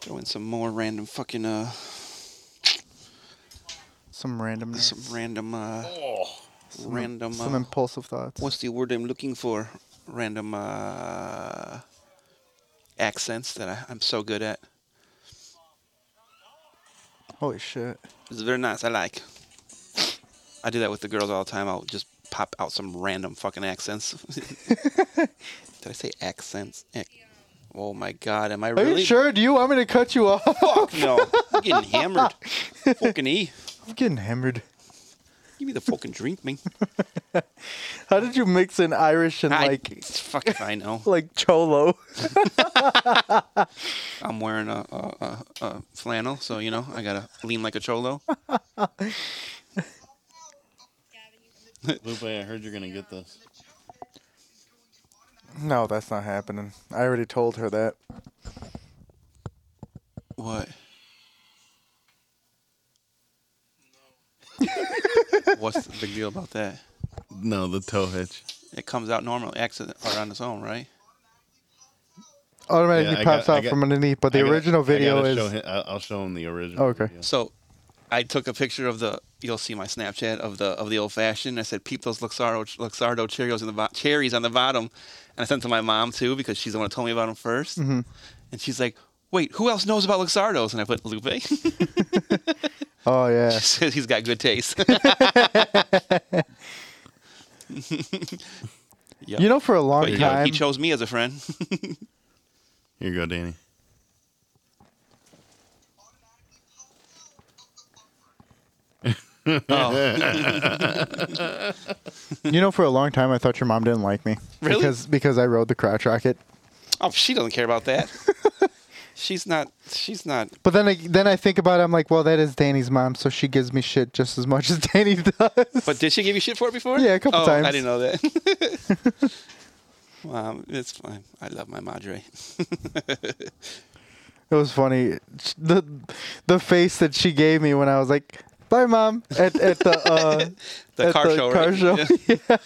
Throw in some more random fucking uh Some randomness. some random uh some- random Some uh, impulsive thoughts. what's the word I'm looking for? Random uh accents that I, I'm so good at. Holy shit. It's very nice. I like. I do that with the girls all the time. I'll just pop out some random fucking accents. Did I say accents? Ac- Oh my god, am I Are really? you sure? Do you want me to cut you off? Fuck no. I'm getting hammered. fucking E. I'm getting hammered. Give me the fucking drink, man. How did you mix in Irish and I, like fuck if I know. like cholo? I'm wearing a, a, a, a flannel, so you know, I gotta lean like a cholo. Lupe, I heard you're gonna get this. No, that's not happening. I already told her that. What? What's the big deal about that? No, the toe hitch. It comes out normal, accident or on its own, right? Automatically Yeah, I pops got- I out got- from underneath, but the I gotta- original I video gotta is Show him, I- I'll show him the original. Oh, okay. video. So, I took a picture of the. You'll see my Snapchat of the of the old fashioned. I said, "Peep those Luxardo Luxardo Cheerios in the bo- cherries on the bottom," and I sent it to my mom too because she's the one who told me about them 1st And she's like, "Wait, who else knows about Luxardos?" And I put Lupe. she Oh yeah. says he's got good taste. Yep. You know, for a long but you know, time, he chose me as a friend. Here you go, Danny. oh, you know, for a long time, I thought your mom didn't like me Really? because because I rode the crotch rocket. oh, she doesn't care about that. She's not. She's not. But then, I, then I think about it, I'm like, well, that is Danny's mom, so she gives me shit just as much as Danny does. But did she give you shit for it before? Yeah, a couple oh, times. I didn't know that. Mom, it's fine. I love my madre. It was funny the the face that she gave me when I was like, "Bye, mom," at, at the uh, The at car the show, car right? show. Yeah.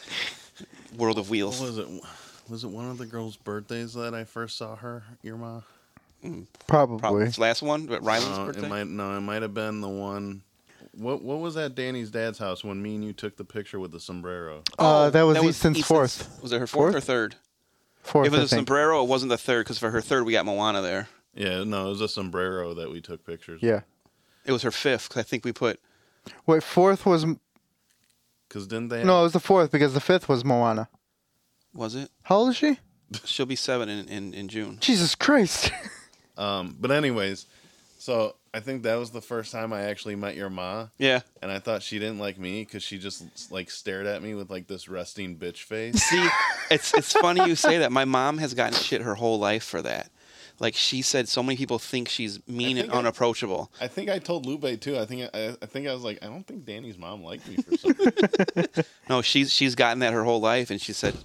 World of What Wheels. was it? Was it one of the girls' birthdays that I first saw her? Your mom? Probably. Uh, Probably it's the last one, but Rylan's No, birthday. Uh, it might. No, it might have been the one. What What was that Danny's dad's house when me and you took the picture with the sombrero? Uh, that was Easton's Easton's- fourth. Was it her fourth, or Fourth? third? Fourth, if I it was a think. sombrero, it wasn't the third because for her third we got Moana there. Yeah, no, it was a sombrero that we took pictures. Yeah. It was her fifth 'cause I think we put. Wait, fourth was m- because didn't they? no, it was the fourth because the fifth was Moana. Was it? How old is she? She'll be seven in, in, in June. Jesus Christ! Um, but anyways, so I think that was the first time I actually met your ma, Yeah. and I thought she didn't like me because she just like stared at me with like this resting bitch face. See, it's it's funny you say that. My mom has gotten shit her whole life for that. Like she said, so many people think she's mean and think I- unapproachable. I think I told Lupe too. I think I, I think I was like, I don't think Danny's mom liked me for something. No, she's she's gotten that her whole life, and she said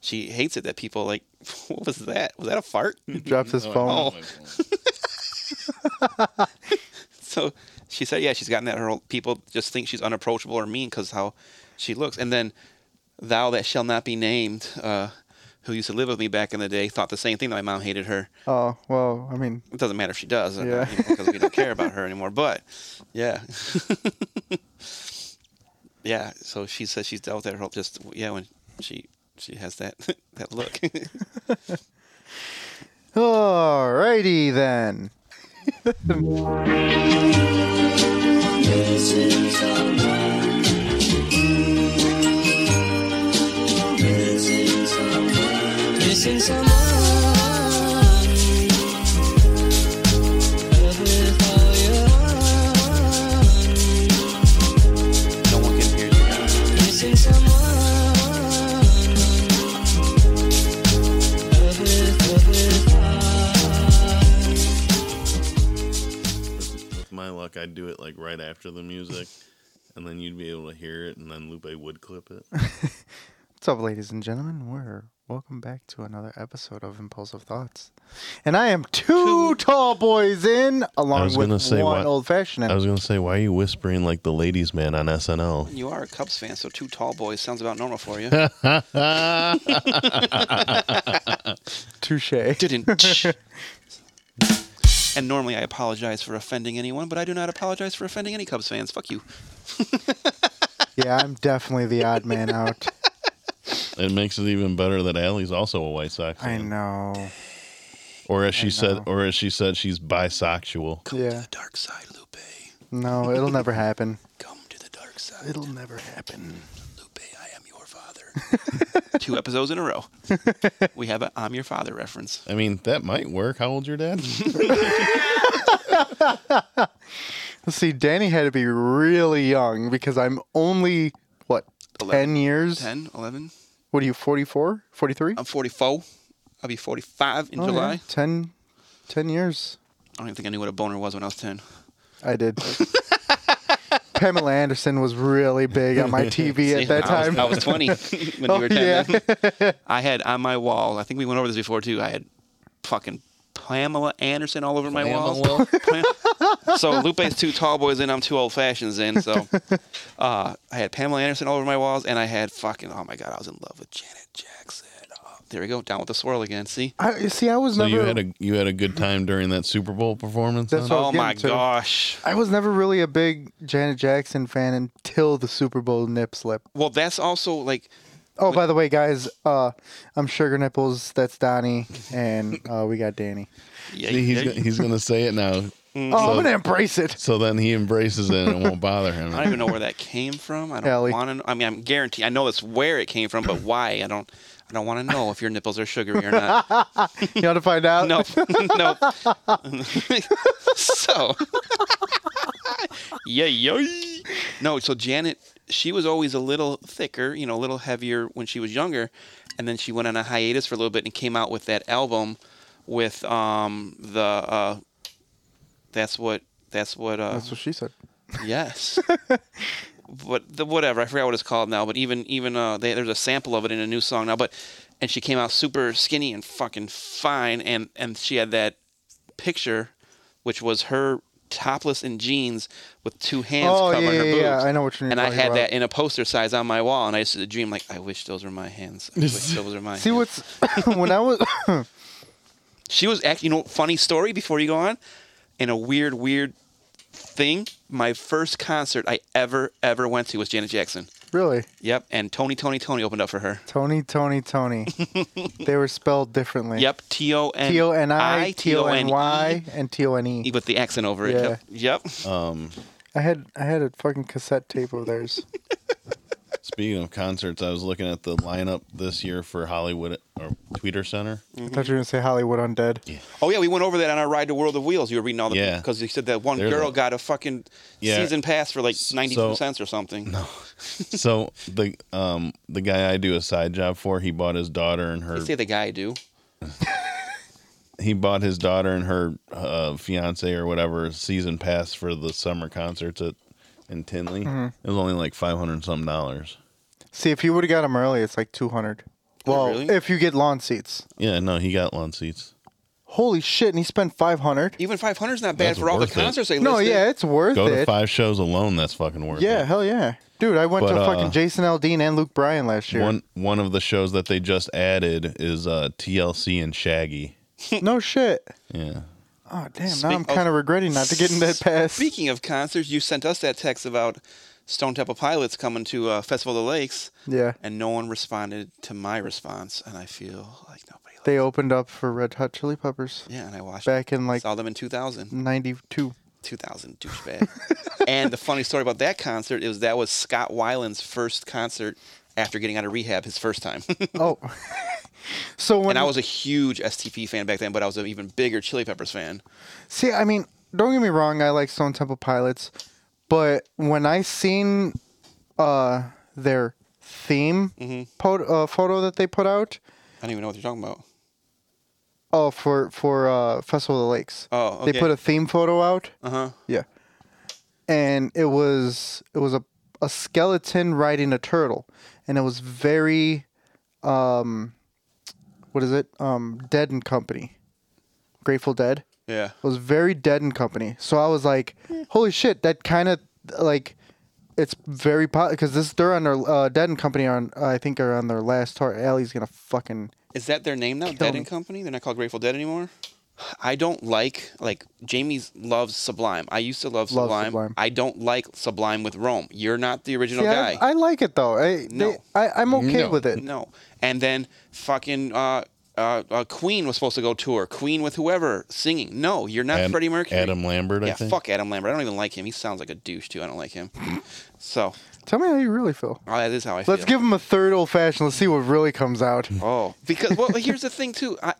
she hates it that people like, what was that? Was that a fart? Drops Oh. his phone. so she said, yeah, she's gotten that her whole, people just think she's unapproachable or mean because how she looks. And then thou that shall not be named, uh, who used to live with me back in the day, thought the same thing that my mom hated her. Oh. well, I mean, It doesn't matter if she does, or not, Yeah. you know, because we don't care about her anymore. But yeah, yeah. So she says she's dealt with that her whole just yeah when she she has that that look. alrighty then. Missing someone. Love with all your heart. no one can hear you. Missing someone. Love with, love with heart. With my luck, I'd do it like right after the music, and then you'd be able to hear it, and then Lupe would clip it. What's up, ladies and gentlemen? We're welcome back to another episode of Impulsive Thoughts, and I am two tall boys in, along was with gonna one say, why- old fashioned. I was gonna say, why are you whispering like the ladies' man on SNL? You are a Cubs fan, so two tall boys sounds about normal for you. Touche. Didn't. And normally I apologize for offending anyone, but I do not apologize for offending any Cubs fans. Fuck you. Yeah, I'm definitely the odd man out. It makes it even better that Allie's also a White Sox I fan. know. Or as she I said, know. or as she said, she's bisexual. Come to Yeah. the dark side, Lupe. No, it'll never happen. Come to the dark side, It'll never happen. Lupe. I am your father. Two episodes in a row. We have a I'm your father reference. I mean, that might work. How old's your dad? Let's see, Danny had to be really young because I'm only, what, 10 Eleven. years? 10, 11. What are you, 44? 43? I'm 44. I'll be 45 in Oh, yeah, Um, July. 10, 10 years. I don't even think I knew what a boner was when I was 10. I did. Pamela Anderson was really big on my TV See, at that I was- time. I was 20 when Oh, you were 10. yeah. then. I had on my wall, I think we went over this before too. I had fucking Pamela Anderson all over my walls. Pam- so Lupe's two tall boys in, I'm two old fashions in. So uh, I had Pamela Anderson all over my walls, and I had fucking, oh my God, I was in love with Janet Jackson. Oh, there we go, down with the swirl again. See? I, see, I was So never. you had a you had a good time during that Super Bowl performance. That's then? So I was oh my getting to- gosh. I was never really a big Janet Jackson fan until the Super Bowl nip slip. Well, that's also like, Oh, by the way, guys, uh, I'm Sugar Nipples. That's Donnie, and uh, we got Danny. yeah, See, he's yeah, go- he's gonna say it now. Oh, I'm gonna embrace it. So then he embraces it and it won't bother him. I don't even know where that came from. I Ellie. don't want to. know I mean, I'm guaranteed. I know that's where it came from, but why? I don't. I don't want to know if your nipples are sugary or not. You want to find out? No, no. so, yeah, yeah. No, so Janet, she was always a little thicker, you know, a little heavier when she was younger, and then she went on a hiatus for a little bit and came out with that album with um the uh, that's what that's what uh, That's what she said. Yes. but the, whatever, I forgot what it's called now. But even even uh, they, there's a sample of it in a new song now. But and she came out super skinny and fucking fine, and and she had that picture, which was her topless in jeans with two hands Oh yeah, covering yeah, her boobs. yeah. I know what you're and I talking had about. that in a poster size on my wall, and I used to dream like, I wish those were my hands. I wish those were my See hands. what's when I was She was actually, you know, funny story before you go on, in a weird, weird thing. My first concert I ever, ever went to was Janet Jackson. really Yep. And Tony, Tony, Tony opened up for her. Tony, Tony, Tony. they were spelled differently. Yep. T O N T O N I, I, T O N Y, and T O N E E. with the accent over it. Yep. Yep. Um, I had I had a fucking cassette tape of theirs. speaking of concerts, I was looking at the lineup this year for Hollywood or Tweeter Center. I thought you were gonna say Hollywood Undead. Oh Mm-hmm. yeah, we went over that on our ride to World of Wheels. You were reading all the Yeah. because you said that one There's girl a- got a fucking Yeah. season pass for like So- ninety two cents or something. No. so the um the guy I do a side job for, he bought his daughter and her You say the guy do. he bought his daughter and her uh, fiance or whatever season pass for the summer concerts at in Tinley. It was only like five hundred some dollars. See, if you would have got them early, it's like 200. Oh, Well, really? if you get lawn seats. Yeah, no, he got lawn seats. Holy shit! And he spent 500. Even five hundred's not bad That's for all the worth it. concerts they No, listed. yeah, it's worth Go to it. five shows alone. That's fucking worth yeah, it. hell yeah, dude. I went But, to uh, fucking Jason Aldean and Luke Bryan last year. One one of the shows that they just added is uh, TLC and Shaggy. no shit. Yeah. Oh damn! now Speak- I'm kind of regretting not to getting that pass. Speaking of concerts, you sent us that text about Stone Temple Pilots coming to uh, Festival of the Lakes, yeah, and no one responded to my response, and I feel like nobody. Likes they opened up for Red Hot Chili Peppers yeah, and I watched. back in like Mm. saw them in 2000. '92. 2000 douchebag. and the funny story about that concert is that was Scott Weiland's first concert after getting out of rehab, his first time. Oh, so when and I was a huge STP fan back then, but I was an even bigger Chili Peppers fan. See, I mean, don't get me wrong. I like Stone Temple Pilots, but when I seen uh, their theme Mm-hmm. pot- uh, photo that they put out, I don't even know what you're talking about. oh, for for uh, Festival of the Lakes, Oh, they okay. put a theme photo out. Uh huh. Yeah, and it was it was a a skeleton riding a turtle, and it was very, um, what is it? Um, Dead and Company, Grateful Dead. Yeah. It was very dead and company. So I was like, holy shit, that kind of like it's very pot because this they're on their uh, dead and company on I think are on their last tour. Allie's gonna fucking Is that their name now? Dead me. and Company? They're not called Grateful Dead anymore? I don't like like Jamie loves Sublime. I used to love Love Sublime. Sublime. I don't like Sublime with Rome. You're not the original See, guy. I, I like it though. I, they- No. I I'm okay No. with it. No. And then fucking uh, uh, uh, Queen was supposed to go tour. Queen with whoever singing. No, you're not Ad- Freddie Mercury. Adam Lambert, I yeah, think. fuck Adam Lambert. I don't even like him. He sounds like a douche too. I don't like him. so Tell me how you really feel. oh, that is how I feel. Let's give him a third old fashioned. Let's see what really comes out. Oh, because well, here's the thing too. I,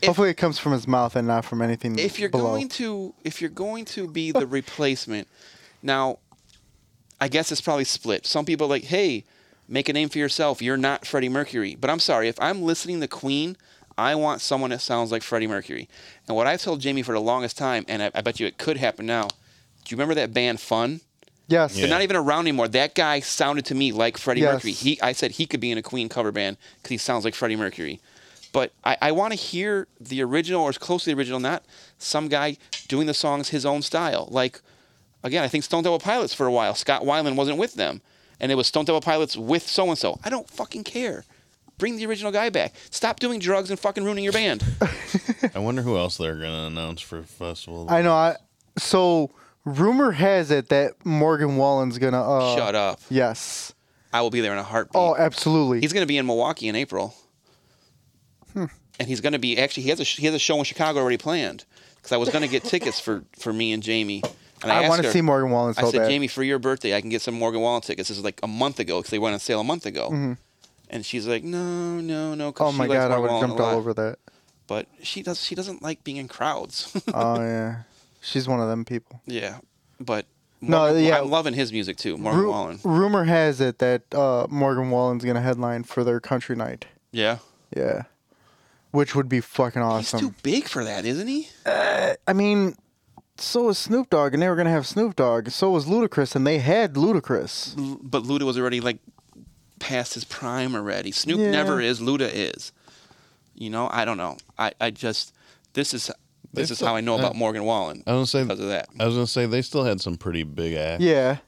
If- Hopefully, it comes from his mouth and not from anything. if you're below. going to if you're going to be the replacement now i guess it's probably split some people are like hey make a name for yourself you're not freddie mercury but i'm sorry if i'm listening to queen i want someone that sounds like freddie mercury and what i've told jamie for the longest time and i, I bet you it could happen now do you remember that band fun yes, Yeah. they're not even around anymore. That guy sounded to me like Freddie Yes. Mercury. He, I said he could be in a Queen cover band because he sounds like Freddie Mercury. But I, I want to hear the original or as close to the original, not some guy doing the songs his own style. Like, again, I think Stone Temple Pilots for a while, Scott Weiland wasn't with them, and it was Stone Temple Pilots with so and so. I don't fucking care. Bring the original guy back. Stop doing drugs and fucking ruining your band. I wonder who else they're gonna announce for festival. I know. I, so rumor has it that Morgan Wallen's gonna. Uh, Shut up. Yes. I will be there in a heartbeat. Oh, absolutely. He's going to be in Milwaukee in April. Hmm. And he's going to be actually he has a sh- he has a show in Chicago already planned because I was going to get tickets for for me and Jamie. And I asked want her- to see Morgan Wallen so I said, bad. Jamie, for your birthday, I can get some Morgan Wallen tickets. This is like a month ago because they went on sale a month ago. And she's like, no, no, no. 'cause Mm-hmm. oh my she likes god, I Morgan would have Wallen a jumped all lot." over that. But she does. She doesn't like being in crowds. oh yeah, she's one of them people. yeah, but No, Morgan- yeah. I'm loving his music too, Morgan Ru- Wallen. rumor has it that uh, Morgan Wallen's gonna headline for their country night. Yeah, Yeah, which would be fucking awesome. he's too big for that, isn't he? I mean, so was Snoop Dogg, and they were gonna have Snoop Dogg. So was Ludacris, and they had Ludacris. L- but Luda was already like past his prime already. Snoop Yeah. never is. Luda is. You know, I don't know. I, I just this is this They is how I know still- about Morgan Wallen I was gonna because say. of that. I was gonna say they still had some pretty big acts. Yeah,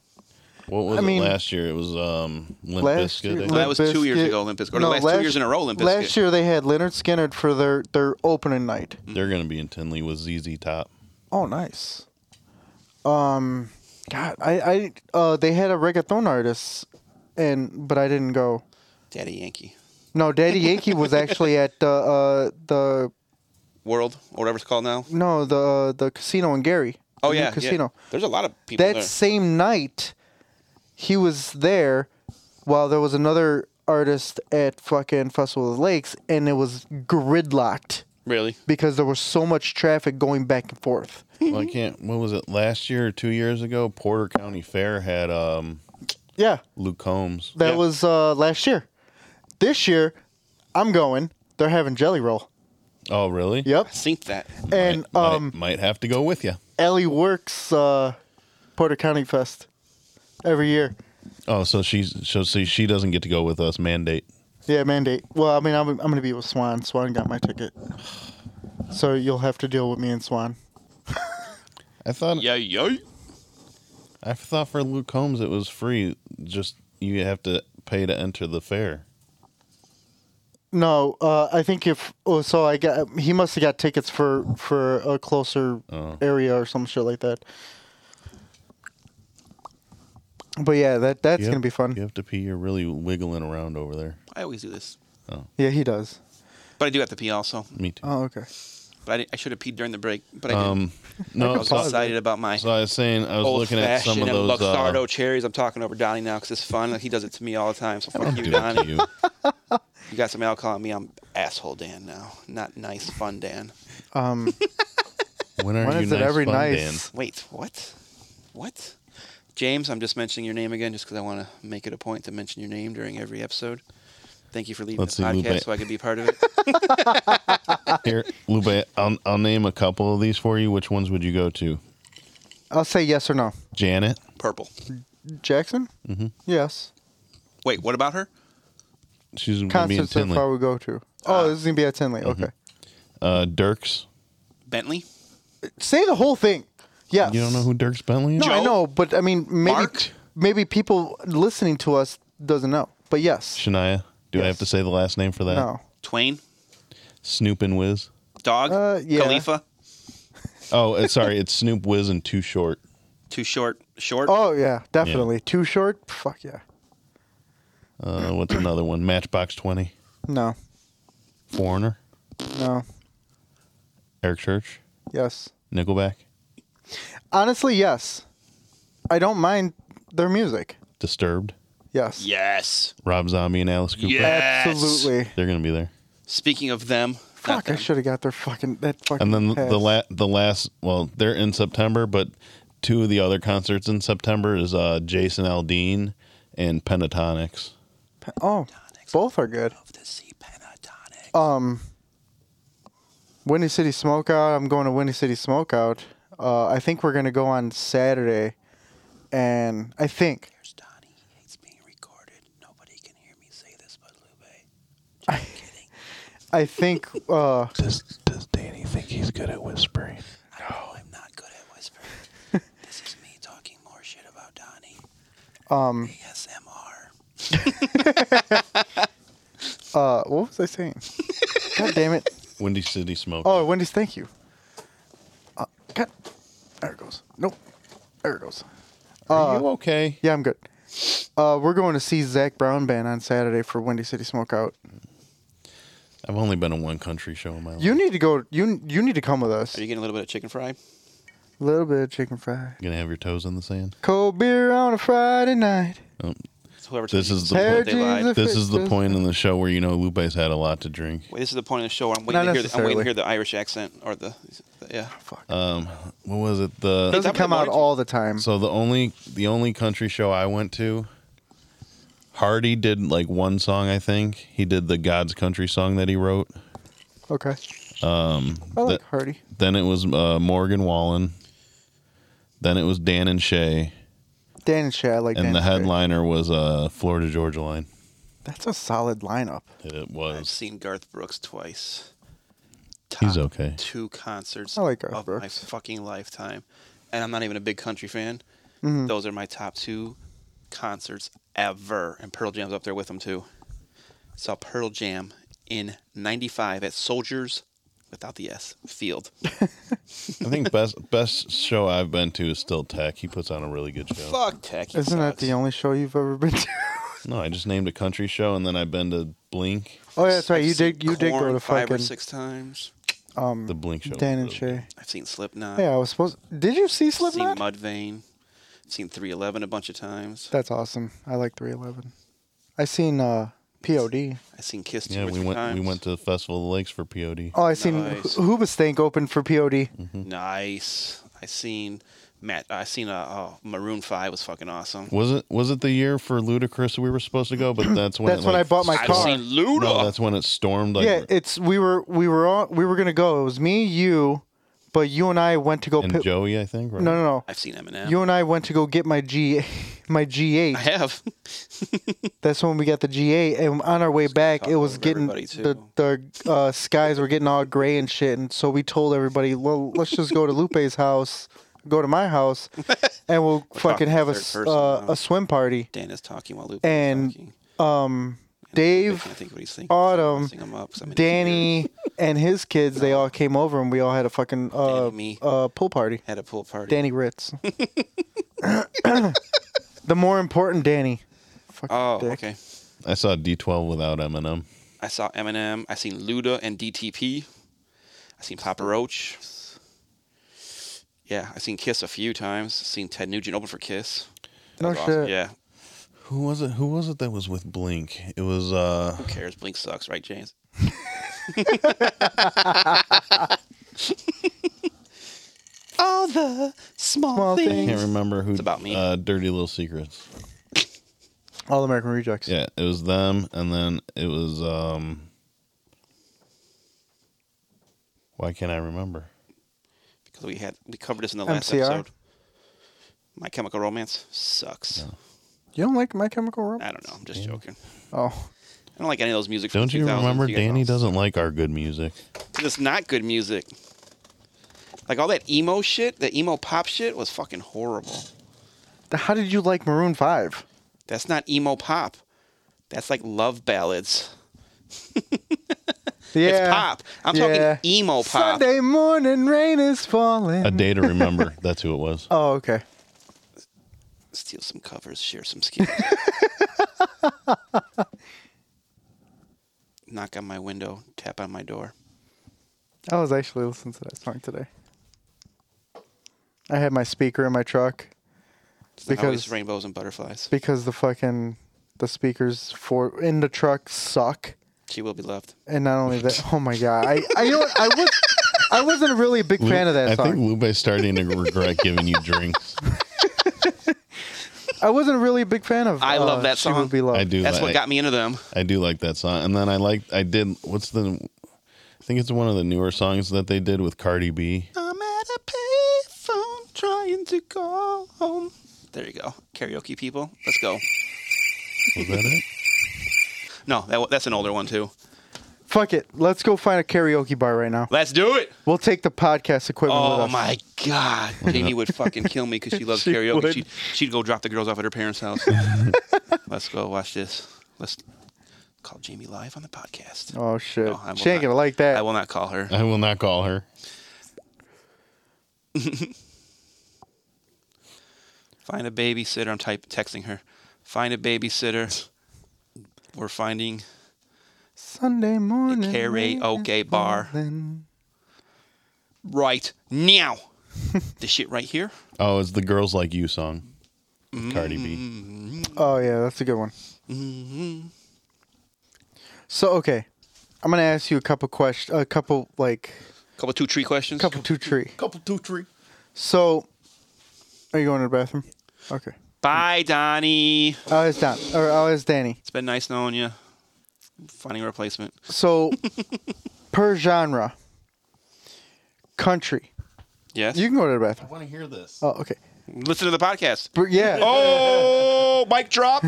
What was I it mean- last year? It was um Limp Last year- Bizkit. I So that think. was two years Bizkit- ago, Olympics. Or the last, two years in a row, Olympics. Last year they had Leonard Skinner for their their opening night. They're gonna be in Tinley with ZZ Top. Oh, nice. Um, God, I I uh they had a reggaeton artist, and but I didn't go. Daddy Yankee No, Daddy Yankee was actually at the uh, the World or whatever it's called now. no the uh, the casino in Gary. Oh the new yeah, yeah. casino. There's a lot of people that same night he was there while there was another artist at fucking Festival of the Lakes and it was gridlocked there. Really? because there was so much traffic going back and forth. well, I can't. What was it last year or two years ago? Porter County Fair had um Yeah. Luke Combs. That Yeah. was uh, last year. This year, I'm going. They're having jelly roll. Oh really? Yep. I think that. And might, might- um might, have to go with you. Ellie works uh Porter County Fest every year. Oh, so she's so see she doesn't get to go with us. Mandate. Yeah, mandate. Well, I mean, I'm, I'm going to be with Swan. Swan got my ticket. So you'll have to deal with me and Swan. I thought. Yeah, yo. I thought for Luke Combs it was free. Just you have to pay to enter the fair. No, uh, I think if oh, so I got he must have got tickets for for a closer Oh. area or some shit like that. But yeah, that that's You have- gonna be fun. You have to pee. You're really wiggling around over there. I always do this, Yeah, he does. but I do have to pee also. Me too. Oh, okay. But I, didn't- I should have peed during the break. But I didn't. Um, I no. was So, excited about my so I was saying I was old looking at some fashioned of and those. uh, Luxardo cherries. I'm talking over Donnie now because it's fun. He does it to me all the time. So fuck I'll do you, it Donnie. to you. You got some alcohol on me. I'm asshole Dan now. Not nice, fun Dan. Um, When are when you is nice it every fun, night? Dan? Wait, what? What? James, I'm just mentioning your name again just because I want to make it a point to mention your name during every episode. Thank you for leaving Let's the see, podcast Lupe. so I could be part of it. Here, Lupe, I'll, I'll name a couple of these for you. Which ones would you go to? I'll say yes or no. Janet, Purple. Jackson. Mm-hmm. Yes. Wait, what about her? she's gonna be in Concerts so Tinley. Ah. Mm-hmm. far we go to. Oh, this is gonna be at Tinley. Okay. Uh, Dirks. Bentley? Say the whole thing. Yes. You don't know who Dirks Bentley is? No, I Joe? know, but I mean, maybe Mark? maybe people listening to us doesn't know. But yes, Shania. Do I Yes. have to say the last name for that? no, Twain? Snoop and Wiz. Dog? Uh, yeah. Khalifa? Oh, uh, sorry, it's Snoop Wiz and Too Short. Too short. Short? Oh yeah, definitely. Too short? Fuck yeah. Uh, what's another one? Matchbox Twenty, No, Foreigner, no, Eric Church, yes. Nickelback, Honestly, yes. I don't mind their music. Disturbed, Yes. Yes. Rob Zombie, and Alice Cooper. Yes. Absolutely. They're gonna be there. Speaking of them. not Fuck, I them. should have got their fucking that fucking. And then the pass. la- the last, well, they're in September, but two of the other concerts in September is uh, Jason Aldean and Pentatonics. Oh, both are good. Love to see Pentatonic. Um, Windy City Smokeout. I'm going to Windy City Smokeout. Uh, I think we're gonna go on Saturday, and I think Here's Donnie. He hates being recorded. Nobody can hear me say this but Lube. I think uh, Does Does Danny think he's good at whispering? I know Oh, I'm not good at whispering. this is me talking more shit about Donnie. um ASMR. uh what was I saying? God damn it! Windy City Smoke. Oh, Wendy's, thank you. Uh, God, there it goes. Nope, there it goes. uh, Are you okay? Yeah, I'm good. Uh, we're going to see Zach Brown band on Saturday for Windy City Smokeout. I've only been on one country show in my life. You need to go. You you need to come with us. Are you getting a little bit of chicken fry? A little bit of chicken fry, gonna have your toes in the sand. cold beer on a Friday night. Oh, It's whoever told This you is to the say Hair that they lied. jeans, this is the This- point in the show where you know Lupe's had a lot to drink. Wait, this is the point of the show. Where I'm Not waiting to hear. The, I'm waiting to necessarily. hear the Irish accent or the, the- yeah. Fuck. Um, what was it? The doesn't that come what out it was? all the time. So the only the only country show I went to, Hardy did like one song. I think he did the God's Country song that he wrote. okay. Um. I like the- Hardy. Then it was uh, Morgan Wallen. Then it was Dan and Shay, Dan and Shay. I like. and Dan the Shay. headliner was uh, Florida Georgia Line. That's a solid lineup. It I've was. seen Garth Brooks twice. He's Top okay. Two concerts I like Garth of my Brooks. fucking lifetime, and I'm not even a big country fan. Mm-hmm. Those are my top two concerts ever, and Pearl Jam's up there with them too. Saw Pearl Jam in '95 at Soldiers, without the S, Field. I think best best show I've been to is still Tech. He puts on a really good show. Fuck Tech. Isn't that the only show you've ever been to? No, I just named a country show, and then I've been to Blink. oh, yeah, that's right. You did. You did go to five or fucking six times. um The Blink show. was Dan and really Shay. I've seen Slipknot. Yeah, I was supposed. Did you see Seen Slipknot? Mudvayne. Seen 311 a bunch of times. That's awesome. I like 311. I seen uh, POD. I've seen Kiss two Yeah, or we three went times. we went to the Festival of the Lakes for POD. Oh, I seen Nice. Hoobastank open for POD. Nice. I seen Matt. I seen uh oh, Maroon Five was fucking awesome. Was it was it the year for Ludacris that we were supposed to go? But that's when That's it, when like, I bought my I've car. seen Luda. No, that's when it stormed. Like, yeah, it's we were we were all we were gonna go. It was me, you, but you and I went to go. and pi- Joey, I think. Right? no, no, no. I've seen Eminem. You and I went to go get my G, my G8. I have. That's when we got the G8, and on our way back, talk it was over getting everybody, the too. the uh, skies were getting all gray and shit, and so we told everybody, well, let's just go to Lupe's house, go to my house, and we'll fucking talking have a third s- person uh, now. a swim party. Dan is talking while Lupe And is talking. um, I Dave, can't think what he's thinking. Autumn, Messing him up 'cause I'm an idiot. Danny, and his kids, they all came over, and we all had a fucking uh, Danny, me. uh pool party. had a pool party. Danny Ritz. the more important Danny. Fucking Oh, dick. okay. I saw D12 without Eminem. I saw Eminem. I seen Luda and DTP. I seen Papa Roach. Yeah, I seen Kiss a few times. Seen Ted Nugent open for Kiss. That No was awesome. shit. Yeah. Who was it? Who was it that was with Blink? It was uh Who cares? Blink sucks, right, James? All the small, Small things. I thing. can't remember who. It's about me. Uh, Dirty Little Secrets. All American Rejects. Yeah, it was them, and then it was um. Why can't I remember? Because we had we covered this in the last MCR? episode. My Chemical Romance sucks. You don't like My Chemical I Romance? don't know. I'm just joking. Oh, I don't like any of those music. from Don't you 2000s. remember? guys Danny all doesn't like our good music. Cause it's not good music. Like all that emo shit, that emo pop shit was fucking horrible. how did you like Maroon Five? That's not emo pop. That's like love ballads. It's Yeah. pop. I'm Yeah. talking emo pop. Sunday morning rain is falling. Mm-hmm. A Day to Remember. That's who it was. oh, okay. Steal some covers, share some skills. Knock on my window, tap on my door. I was actually listening to that song today. I had my speaker in my truck It's not always Because- rainbows and butterflies. because the fucking the speakers for in the truck suck. She will be loved. And not only that, oh my god, I I you know what, I was I wasn't really a big fan of that I song. think Lupe's starting to regret giving you drinks. I wasn't really a big fan of. I love uh, that She song. Would Be Loved. I do. That's like, what got me into them. I do like that song. And then I like. I did. What's the? I think it's one of the newer songs that they did with Cardi B. I'm at a payphone trying to go home. There you go, karaoke people. Let's go. Was that it? No, that, that's an older one too. Fuck it, let's go find a karaoke bar right now. Let's do it. We'll take the podcast equipment. Oh with us. my God, Jamie would fucking kill me because she loves She karaoke. would. She'd, she'd go drop the girls off at her parents' house. Let's go watch this. Let's call Jamie live on the podcast. Oh shit, No, I will she ain't not. gonna like that. I will not call her. I will not call her. Find a babysitter. I'm type texting her. Find a babysitter. We're finding. Sunday morning karaoke rain is bar. falling. right now. this shit right here. Oh, it's the "Girls Like You" song. with Cardi Mm. B. Oh yeah, that's a good one. Mm-hmm. So okay, I'm gonna ask you a couple questions, a couple like Couple two tree questions. couple two tree. Couple two three. So, are you going to the bathroom? Okay. Bye, Donnie. Oh, it's Don. Or oh, it's Danny. It's been nice knowing you. Finding a replacement. So, per genre, country. Yes. You can go to the bathroom. want to hear this. Oh, okay. Listen to the podcast. But yeah, Oh, mic drop.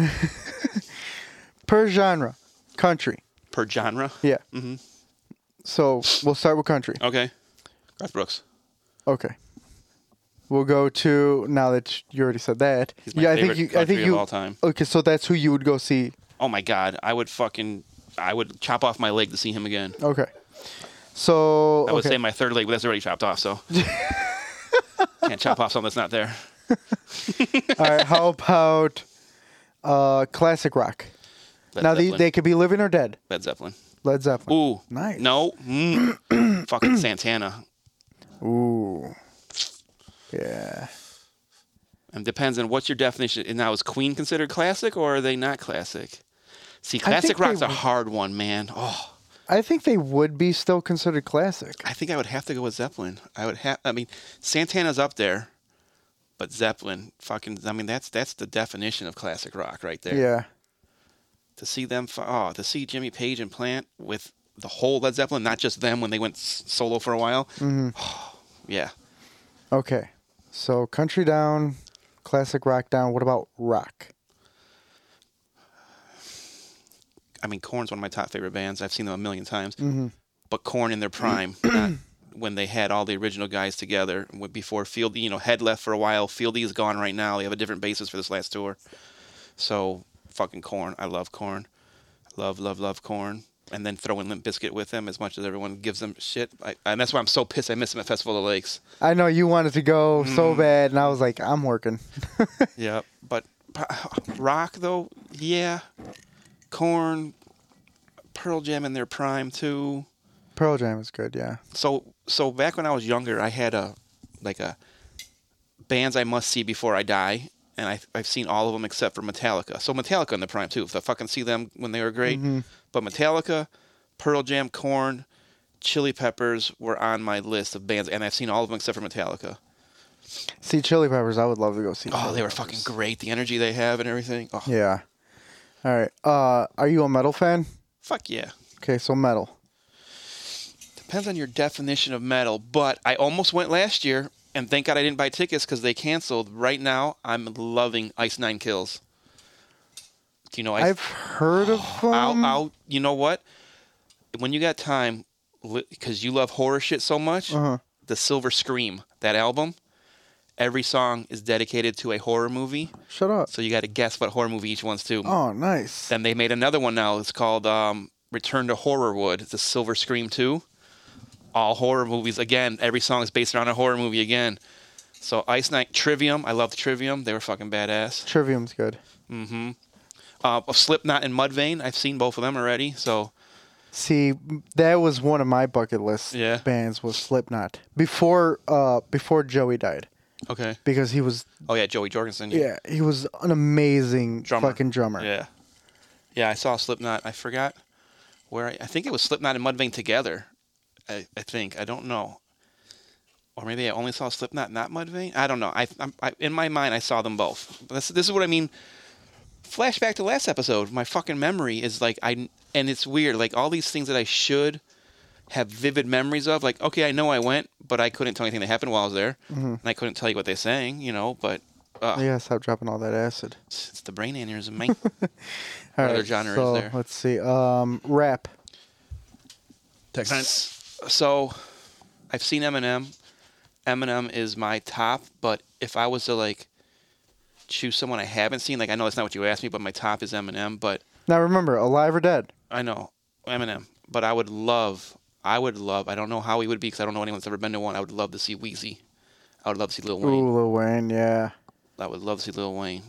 per genre, country. per genre. Yeah. Mm-hmm. So we'll start with country. Okay. Garth Brooks. Oh. Okay. We'll go to now that you already said that. He's my favorite country of all time. Okay, so that's who you would go see. Oh my God, I would fucking, I would chop off my leg to see him again. Okay. So I would okay. say my third leg, but that's already chopped off, so can't chop off something that's not there. all right. How about uh, classic rock? Led now they, Zeppelin. they could be living or dead. Led Zeppelin. Led Zeppelin. Ooh, Nice. No, Mm. fucking Santana. Ooh. Yeah. And depends on what's your definition. And now is Queen considered classic or are they not classic? See, think classic they rock's a would- hard one, man. Oh, I think they would be still considered classic. I think I would have to go with Zeppelin. I would have. I mean, Santana's up there, but Zeppelin, fucking. I mean, that's that's the definition of classic rock right there. Yeah. To see them, fu- oh, to see Jimmy Page and Plant with the whole Led Zeppelin, not just them when they went s- solo for a while. Mm-hmm. Oh, yeah, Okay. So country down, classic rock down. What about rock? I mean, Corn's one of my top favorite bands. I've seen them a million times. But Corn in their prime, not when they had all the original guys together, when- before Field, you know, Head left for a while. Fieldy is gone right now. They have a different basis for this last tour. So fucking Corn. I love Corn. Love, love, love Corn. And then throw in Limp Bizkit with them as much as everyone gives them shit. I, and that's why I'm so pissed I missed them at Festival of the Lakes. I know you wanted to go so bad, and I was like, I'm working. Yeah, but p- rock though, yeah. Corn, Pearl Jam in their prime too. Pearl Jam is good. Yeah. so so back when I was younger, I had a like a bands I must see before I die, and I I've seen all of them except for Metallica. So Metallica in the prime too. If I fucking see them when they were great, but Metallica, Pearl Jam, Corn, Chili Peppers were on my list of bands, and I've seen all of them except for Metallica. See Chili Peppers. I would love to go see. Oh, Chili they were Peppers. fucking great. The energy they have and everything. Oh, Yeah. All right. Uh, are you a metal fan? fuck yeah. Okay, so metal. Depends on your definition of metal, but I almost went last year, and thank God I didn't buy tickets because they canceled. Right now, I'm loving Ice Nine Kills. Do you know Ice? I've heard of them. I'll, I'll, you know what? When you got time, because you love horror shit so much, Uh-huh. the Silver Scream, that album, every song is dedicated to a horror movie. Shut up. So you got to guess what horror movie each one's to. Oh, nice. Then they made another one now. It's called um, Return to Horrorwood, the Silver Scream 2. All horror movies again. Every song is based around a horror movie again. So Ice Knight, Trivium. I loved Trivium. They were fucking badass. Trivium's good. Uh, Slipknot and Mudvayne. I've seen both of them already. So See, that was one of my bucket list Yeah. bands was Slipknot before uh before Joey died okay. because he was Oh yeah, Joey Jorgensen. yeah he was an amazing Drummer. fucking drummer. Yeah. Yeah, I saw Slipknot. I forgot where I, I think it was Slipknot and Mudvayne together. I, I think I don't know, or maybe I only saw Slipknot, not Mudvayne. I don't know. I, I'm, I in my mind I saw them both. This this is what I mean. Flashback to last episode. My fucking memory is like I and it's weird. Like all these things that I should have vivid memories of. Like okay, I know I went, but I couldn't tell anything that happened while I was there, and I couldn't tell you what they sang. You know, but uh, Yeah, stop dropping all that acid. it's, it's the brain aneurysm, man. All other genre is so there? Let's see. Um, rap. So, I've seen Eminem. Eminem is my top, but if I was to like choose someone I haven't seen, like I know that's not what you asked me, but my top is Eminem. But Now remember, alive or dead. I know Eminem. But I would love, I would love. I don't know how he would be because I don't know anyone that's ever been to one. I would love to see Weezy. I would love to see Lil Wayne. Ooh, Lil Wayne. Yeah. I would love to see Lil Wayne.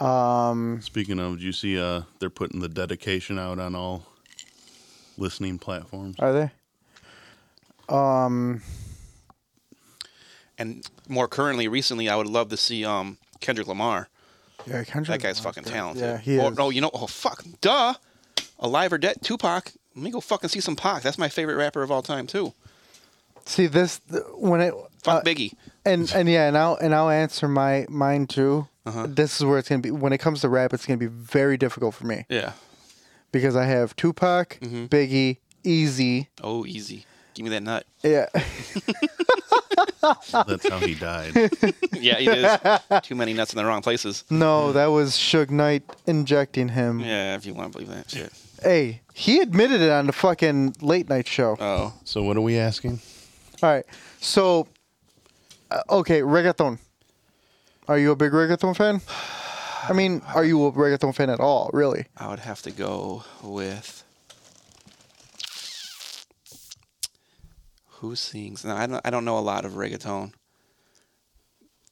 Um, Speaking of, do you see uh they're putting the dedication out on all listening platforms? are they? Um, And more currently, recently, I would love to see um Kendrick Lamar. yeah, Kendrick. That guy's Lamar's fucking good. talented. Yeah, he oh, is. No, you know, oh fuck, duh. Alive or dead, Tupac. Let me go fucking see some Pac. That's my favorite rapper of all time too. See this th- when it Fuck uh, Biggie. and and yeah, and I'll and I'll answer my mine too. Uh-huh. This is where it's gonna be. When it comes to rap, it's gonna be very difficult for me Yeah. because I have Tupac, Mm-hmm. Biggie, Easy. Oh, easy. Give me that nut. Yeah, That's how he died. yeah, he did. Too many nuts in the wrong places. no, that was Suge Knight injecting him. Yeah, if you want to believe that shit. Hey, he admitted it on the fucking late night show. Oh, So what are we asking? All right, so uh, okay, reggaeton. Are you a big reggaeton fan? I mean, are you a reggaeton fan at all? Really? I would have to go with. Who sings? Now I don't. I don't know a lot of reggaeton.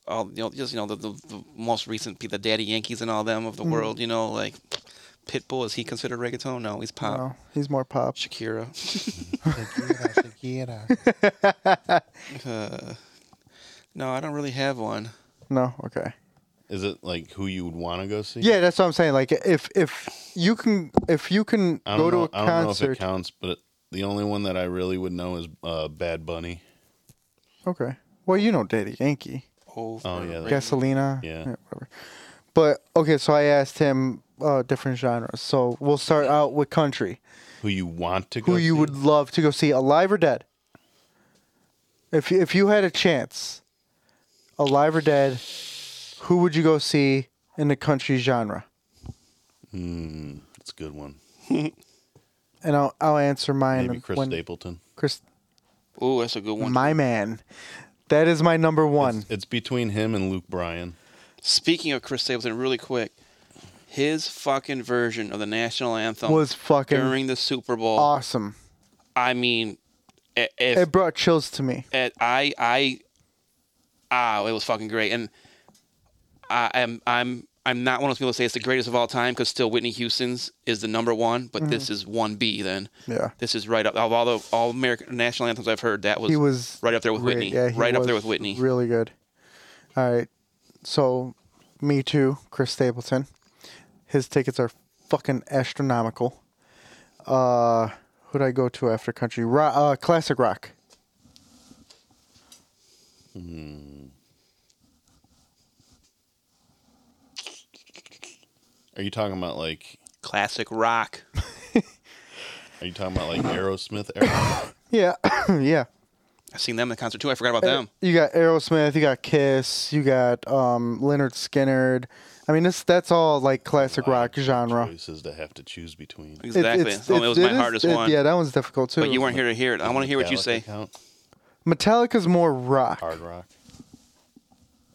All you know, just you know the, the, the most recent, pe- the Daddy Yankees and all them of the Mm. world. You know, like Pitbull. Is he considered reggaeton? No, he's pop. No, he's more pop. Shakira. No, I don't really have one. No, okay. Is it like who you would want to go see? Yeah, that's what I'm saying. Like, if if you can if you can I go don't know, to a I don't know if it concert, counts, but the only one that I really would know is uh, Bad Bunny. okay. Well, you know, Daddy Yankee, Oh, Oh, yeah, reggae- Gasolina, Yeah. whatever. But okay, so I asked him uh, different genres. So we'll start out with country. Who you want to go Who you see? would love to go see, alive or dead? If if you had a chance, alive or dead, who would you go see in the country genre? Mm, that's a good one. And I'll I'll answer mine. Maybe Chris when- Stapleton. Chris Ooh, that's a good one. My man. That is my number one. It's between him and Luke Bryan. Speaking of Chris Stapleton, really quick, his fucking version of the national anthem Was fucking Um, during the Super Bowl. awesome. I mean, i- if It brought chills to me. it, I I ah, it was fucking great, and I am I'm I'm not one of those people that say it's the greatest of all time because still Whitney Houston's is the number one, but Mm-hmm. this is one B. Then Yeah. this is right up of all the all American national anthems I've heard. That was He was right up there with great. Whitney, Yeah, he right up was there with Whitney. Really good. All right. So, me too, Chris Stapleton. His tickets are fucking astronomical. Uh, who'd I go to after country? Ro- uh, classic rock. Are you talking about like? Classic rock. Are you talking about like Aerosmith? Era? Yeah, yeah. I've seen them in concert too. I forgot about them. You got Aerosmith, you got Kiss, you got um, Leonard Skinnerd. I mean, this that's all like classic rock genre. Choices to have to choose between. It- Exactly. it's- So it, was it my is- hardest it- one. Yeah, that one's difficult too. but you weren't here to hear it. I want to hear what you Metallica say. count? Metallica's more rock. Hard rock.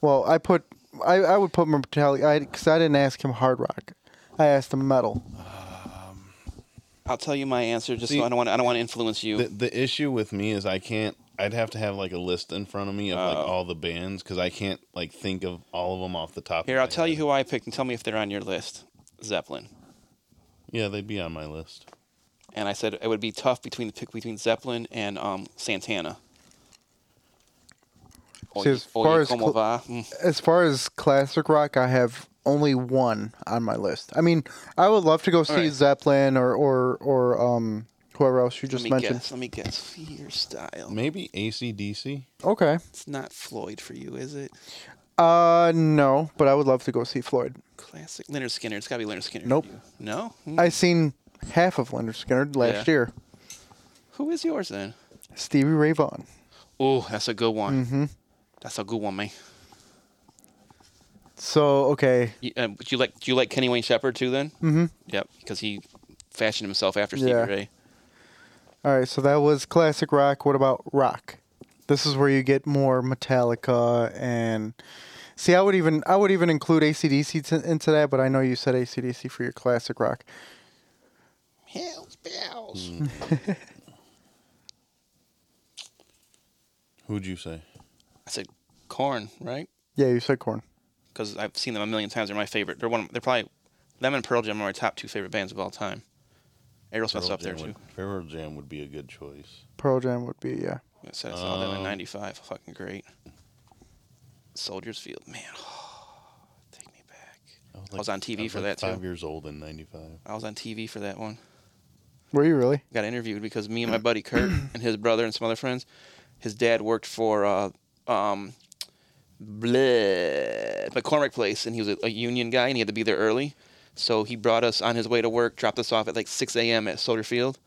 Well, I put I, I would put Metallica because I, didn't ask him hard rock. I asked him metal. I'll tell you my answer just See- so I don't want I don't want to influence you. The, the issue with me is I can't. I'd have to have like a list in front of me of like Oh. all the bands because I can't like think of all of them off the top. Here, of I'll my tell you head. who I picked and tell me if they're on your list. Zeppelin. Yeah, they'd be on my list. And I said it would be tough between the pick between Zeppelin and um, Santana. See, as far as como cl- va? Mm. As far as classic rock, I have only one on my list. I mean, I would love to go see right. Zeppelin or or or um whoever else you Let just me mentioned. guess. Let me guess. Fear style. Maybe ACDC. Okay. It's not Floyd for you, is it? Uh, no, but I would love to go see Floyd. Classic Leonard Skinner. It's got to be Leonard Skinner. for Nope. you. No. Mm. I seen half of Leonard Skinner last Yeah. year. Who is yours then? Stevie Ray Vaughan. Oh, that's a good one. Mm-hmm. That's a good one, man. So okay, You, uh, do you like do you like Kenny Wayne Shepherd too? Then. Mm-hmm. Yep, because he fashioned himself after Stevie Yeah. Ray. all right. So that was classic rock. What about rock? This is where you get more Metallica and see. I would even I would even include ACDC t- into that, but I know you said ACDC for your classic rock. Hell's bells. Mm. Who'd you say? I said Corn, right? Yeah, you said Corn. Because I've seen them a million times. They're my favorite. They're one. They're probably them and Pearl Jam are my top two favorite bands of all time. Aerosmith's Pearl up there Jam too. would- Pearl Jam would be a good choice. Pearl Jam would be yeah. I said I saw them in Um, '95. Fucking great. Soldiers Field, man. take me back. I was on TV was for that, like too. Five years old in '95. I was on TV for that one. Were you really? got interviewed because me and my buddy Kurt and his brother and some other friends, his dad worked for uh, um, bleh, McCormick Place, and he was a, a union guy, and he had to be there early. So he brought us on his way to work, dropped us off at like 6 a.m. at Soldier Field.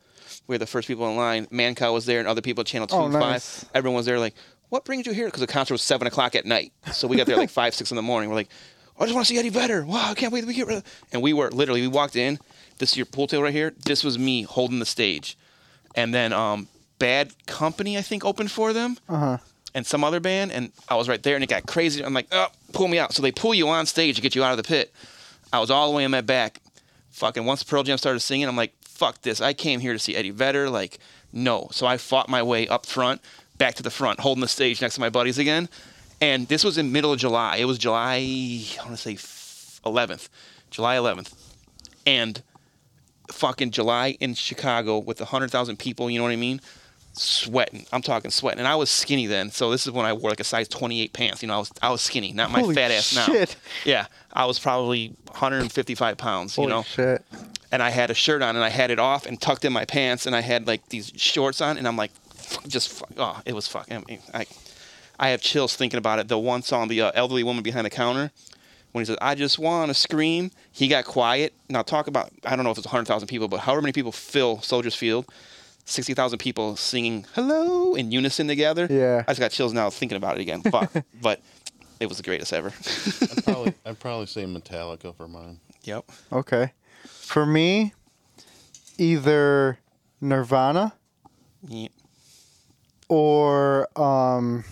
We were the first people in line. Mancow was there, and other people at Channel 2 Oh, and nice. 5. Everyone was there, like, what brings you here? Because the concert was 7 o'clock at night. So we got there like 5, 6 in the morning. We're like, I just want to see Eddie Vedder. Wow, I can't wait. till We get rid of-" And we were literally, we walked in. This is your pool table right here. This was me holding the stage. And then um, Bad Company, I think, opened for them Uh huh. and some other band, and I was right there, and it got crazy. I'm like, oh, pull me out. So they pull you on stage to get you out of the pit. I was all the way in that back. Fucking once Pearl Jam started singing, I'm like, fuck this. I came here to see Eddie Vedder. Like, no. So I fought my way up front, back to the front, holding the stage next to my buddies again. And this was in middle of July. It was July, I want to say f- 11th, July 11th. And fucking July in Chicago with 100,000 people, you know what I mean? Sweating. I'm talking sweating. And I was skinny then. So this is when I wore like a size 28 pants. You know, I was I was skinny, not my Holy fat ass shit. now. Yeah. I was probably 155 pounds, Holy you know? shit. And I had a shirt on and I had it off and tucked in my pants and I had like these shorts on and I'm like, fuck, just fuck. Oh, it was fucking. I, I have chills thinking about it. The one song, the uh, elderly woman behind the counter, when he says, "I just want to scream," he got quiet. Now talk about I don't know if it's hundred thousand people, but however many people fill Soldiers Field, sixty thousand people singing "Hello" in unison together. Yeah. I just got chills now thinking about it again. Fuck, but it was the greatest ever. I'd probably, I'd probably say Metallica for mine. yep. Okay. For me, either Nirvana Yep. or um.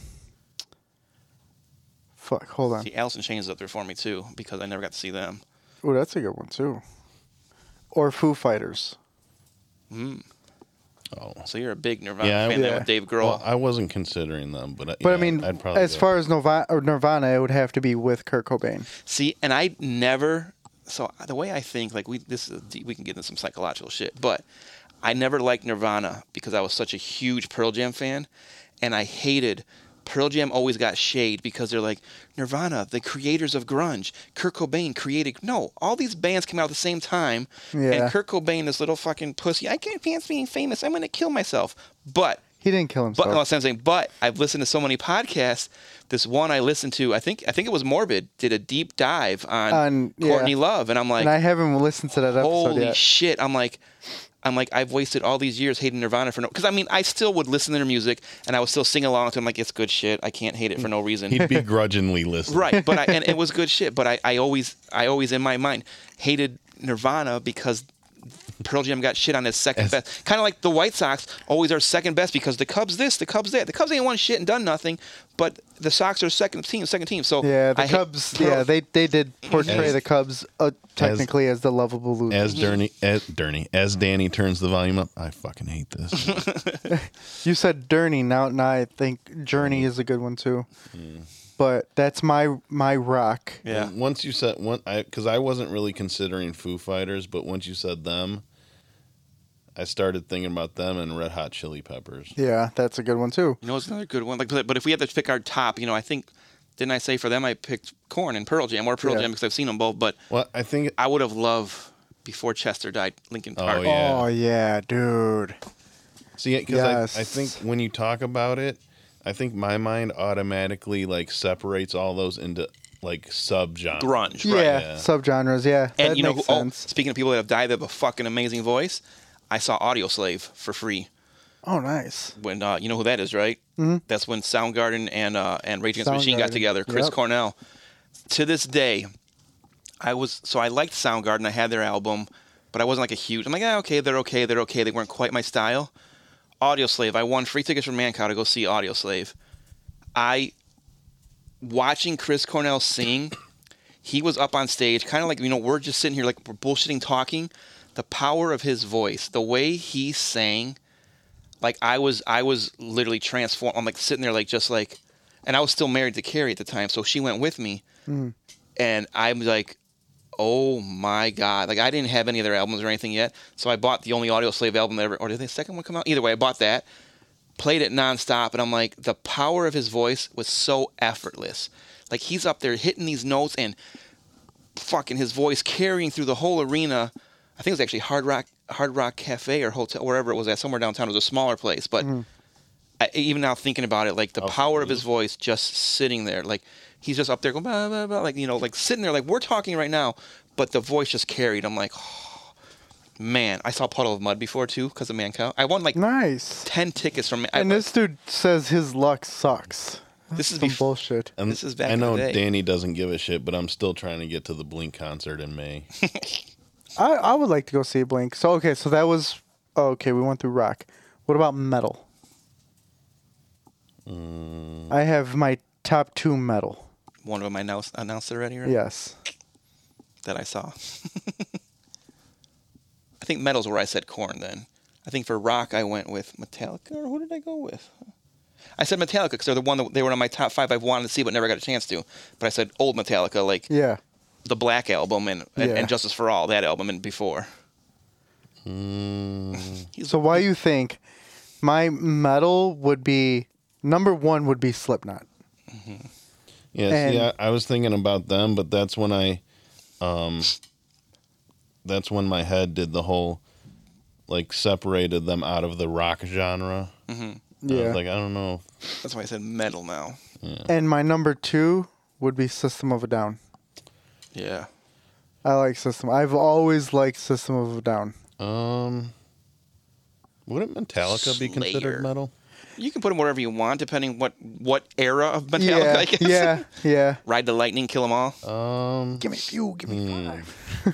Fuck. Hold on. See, Allison Chains is up there for me too because I never got to see them. Oh, that's a good one too. Or Foo Fighters. Oh. So you're a big Nirvana Yeah, I- fan then Yeah. with Dave Grohl. Well, I wasn't considering them, but I, But yeah, I mean, I'd probably as go- far as Nirvana, or Nirvana, it would have to be with Kurt Cobain. See, and I never. So the way I think, like we this is we can get into some psychological shit, but I never liked Nirvana because I was such a huge Pearl Jam fan, and I hated. Pearl Jam always got shade because they're like Nirvana, the creators of grunge. Kurt Cobain created no. All these bands came out at the same time, Yeah. and Kurt Cobain, this little fucking pussy, I can't fancy being famous. I'm gonna kill myself. But He didn't kill himself. but uh, no, that's what I'm saying. But I've listened to so many podcasts. This one I listened to, I think I think it was Morbid, did a deep dive on On- yeah. Courtney Love, and I'm like, and I haven't listened to that episode holy yet. shit! I'm like, I'm like, I've wasted all these years hating Nirvana for no. Because I mean, I still would listen to their music, and I would still sing along to them. Like it's good shit. I can't hate it for no reason. he'd begrudgingly listen. Right, but I, and it was good shit. But I, I always, I always in my mind hated Nirvana because Pearl Jam got shit on as second As- best. Kind of like the White Sox always are second best because the Cubs this, the Cubs that. The Cubs ain't won shit and done nothing, but the Sox are second team, second team. So Yeah, the I hate Cubs. Pearl- yeah, they they did portray As- the Cubs uh, technically as, the lovable losers. Mm-hmm. As Derny, as Derny, as Danny turns the volume up, I fucking hate this. You said Journey. Now, now I think Journey is a good one too. Hmm. But that's my my rock. yeah. Once you said one, I because I wasn't really considering Foo Fighters, but once you said them, I started thinking about them and Red Hot Chili Peppers. Yeah, that's a good one too. You know, it's another good one. Like, but but if we had to pick our top, you know, I think didn't I say for them I picked Corn and Pearl Jam or Pearl Yeah. Jam because I've seen them both. But Well, I think I would have loved before Chester died, Lincoln Oh, Park. yeah. Oh yeah, dude. See, because I, I Yes. think when you talk about it, I think my mind automatically like separates all those into like subgenres. Grunge, right? Yeah, yeah. subgenres. Yeah, And that you know, makes who- oh, sense. speaking of people that have died that have a fucking amazing voice, I saw Audio Slave for free. Oh, nice. When uh, you know who that is, right? That's when Soundgarden and uh, and Rage Against the Machine Mm-hmm. Soundgarden, got together. Chris yep. Cornell. To this day, I was so I liked Soundgarden. I had their album, but I wasn't like a huge. I'm like, ah, okay, they're okay, they're okay. They weren't quite my style. Audio Slave. I won free tickets from Mancow to go see Audio Slave. I watching Chris Cornell sing. He was up on stage, kind of like you know we're just sitting here like we're bullshitting, talking. The power of his voice, the way he sang, like I was I was literally transformed. I'm like sitting there like just like, and I was still married to Carrie at the time, so she went with me, and I'm like, oh my god! Like I didn't have any other albums or anything yet, so I bought the only Audio Slave album that ever, or did the second one come out? Either way, I bought that, played it nonstop, and I'm like, the power of his voice was so effortless. Like he's up there hitting these notes and fucking his voice carrying through the whole arena. I think it was actually Hard Rock Hard Rock Cafe or hotel, wherever it was at, somewhere downtown. It was a smaller place, but I, even now thinking about it, like the power of his voice just sitting there, like he's just up there going, bah, bah, bah, like you know, like sitting there, like we're talking right now, but the voice just carried. I'm like, "Oh, man, I saw Puddle of Mud before too because of Mancow. I won like Nice. ten tickets from. I, And this dude says his luck sucks. this is Some before. bullshit. And This is back I in the know day. Danny doesn't give a shit, but I'm still trying to get to the Blink concert in May. I, I would like to go see Blink. So okay, so that was oh, okay. We went through rock. What about metal? Mm. I have my top two metal. one of them I announced, announced already, right? Yes. That I saw. I think metal's where I said corn then. I think for rock, I went with Metallica, or who did I go with? I said Metallica because they're the one that they were on my top five I've wanted to see but never got a chance to. But I said old Metallica, like Yeah. the Black album and, and, Yeah. and Justice for All, that album and before. Mm. He's So why you think my metal would be number one would be Slipknot? Yeah, see, And- I, I was thinking about them, but that's when I, um, that's when my head did the whole, like separated them out of the rock genre. I Yeah. was like, I don't know. that's why I said metal now. and my number two would be System of a Down. Yeah. I like System. I've always liked System of a Down. Um, wouldn't Metallica be Slayer. considered metal? You can put them wherever you want, depending what what era of Metallica. I Yeah. guess. Yeah. Yeah. Ride the lightning, kill them all. Um, hmm. Give me a few. Give me five.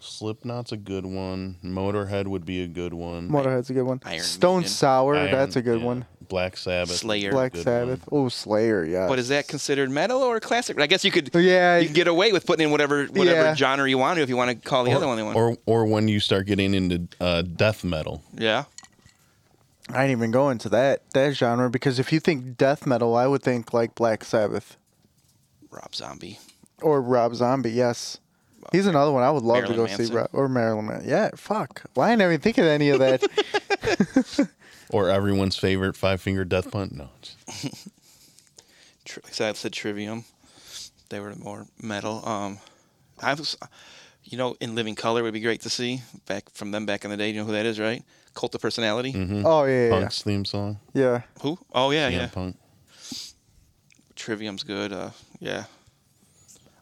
Slipknot's a good one. Motorhead would be a good one. Motorhead's a good one. Iron Stone Maiden. Sour. Iron- that's a good yeah. one. Black Sabbath. Slayer. Black good Sabbath. Oh, Slayer. Yeah. But is that considered metal or classic? I guess you could Yeah. you can get away with putting in whatever whatever Yeah. genre you want to if you want to call the other one they want. Or or when you start getting into uh, death metal. yeah. I didn't even go into that that genre because if you think death metal, I would think like Black Sabbath Rob Zombie. or Rob Zombie. Yes, he's another one I would love to Marilyn go see. Manson. Rob, or Marilyn Manson. Yeah, fuck. Why didn't I even think of any of that? Or everyone's favorite five finger death punt. No. Tri- like I said, Trivium. They were more metal. Um, I was, you know, in Living Color would be great to see back from them back in the day. You know who that is, right? Cult of Personality. Mm-hmm. oh yeah, yeah, yeah, Punk's theme song. yeah. Who? Oh yeah, CM yeah. Punk. Trivium's good. Uh, yeah.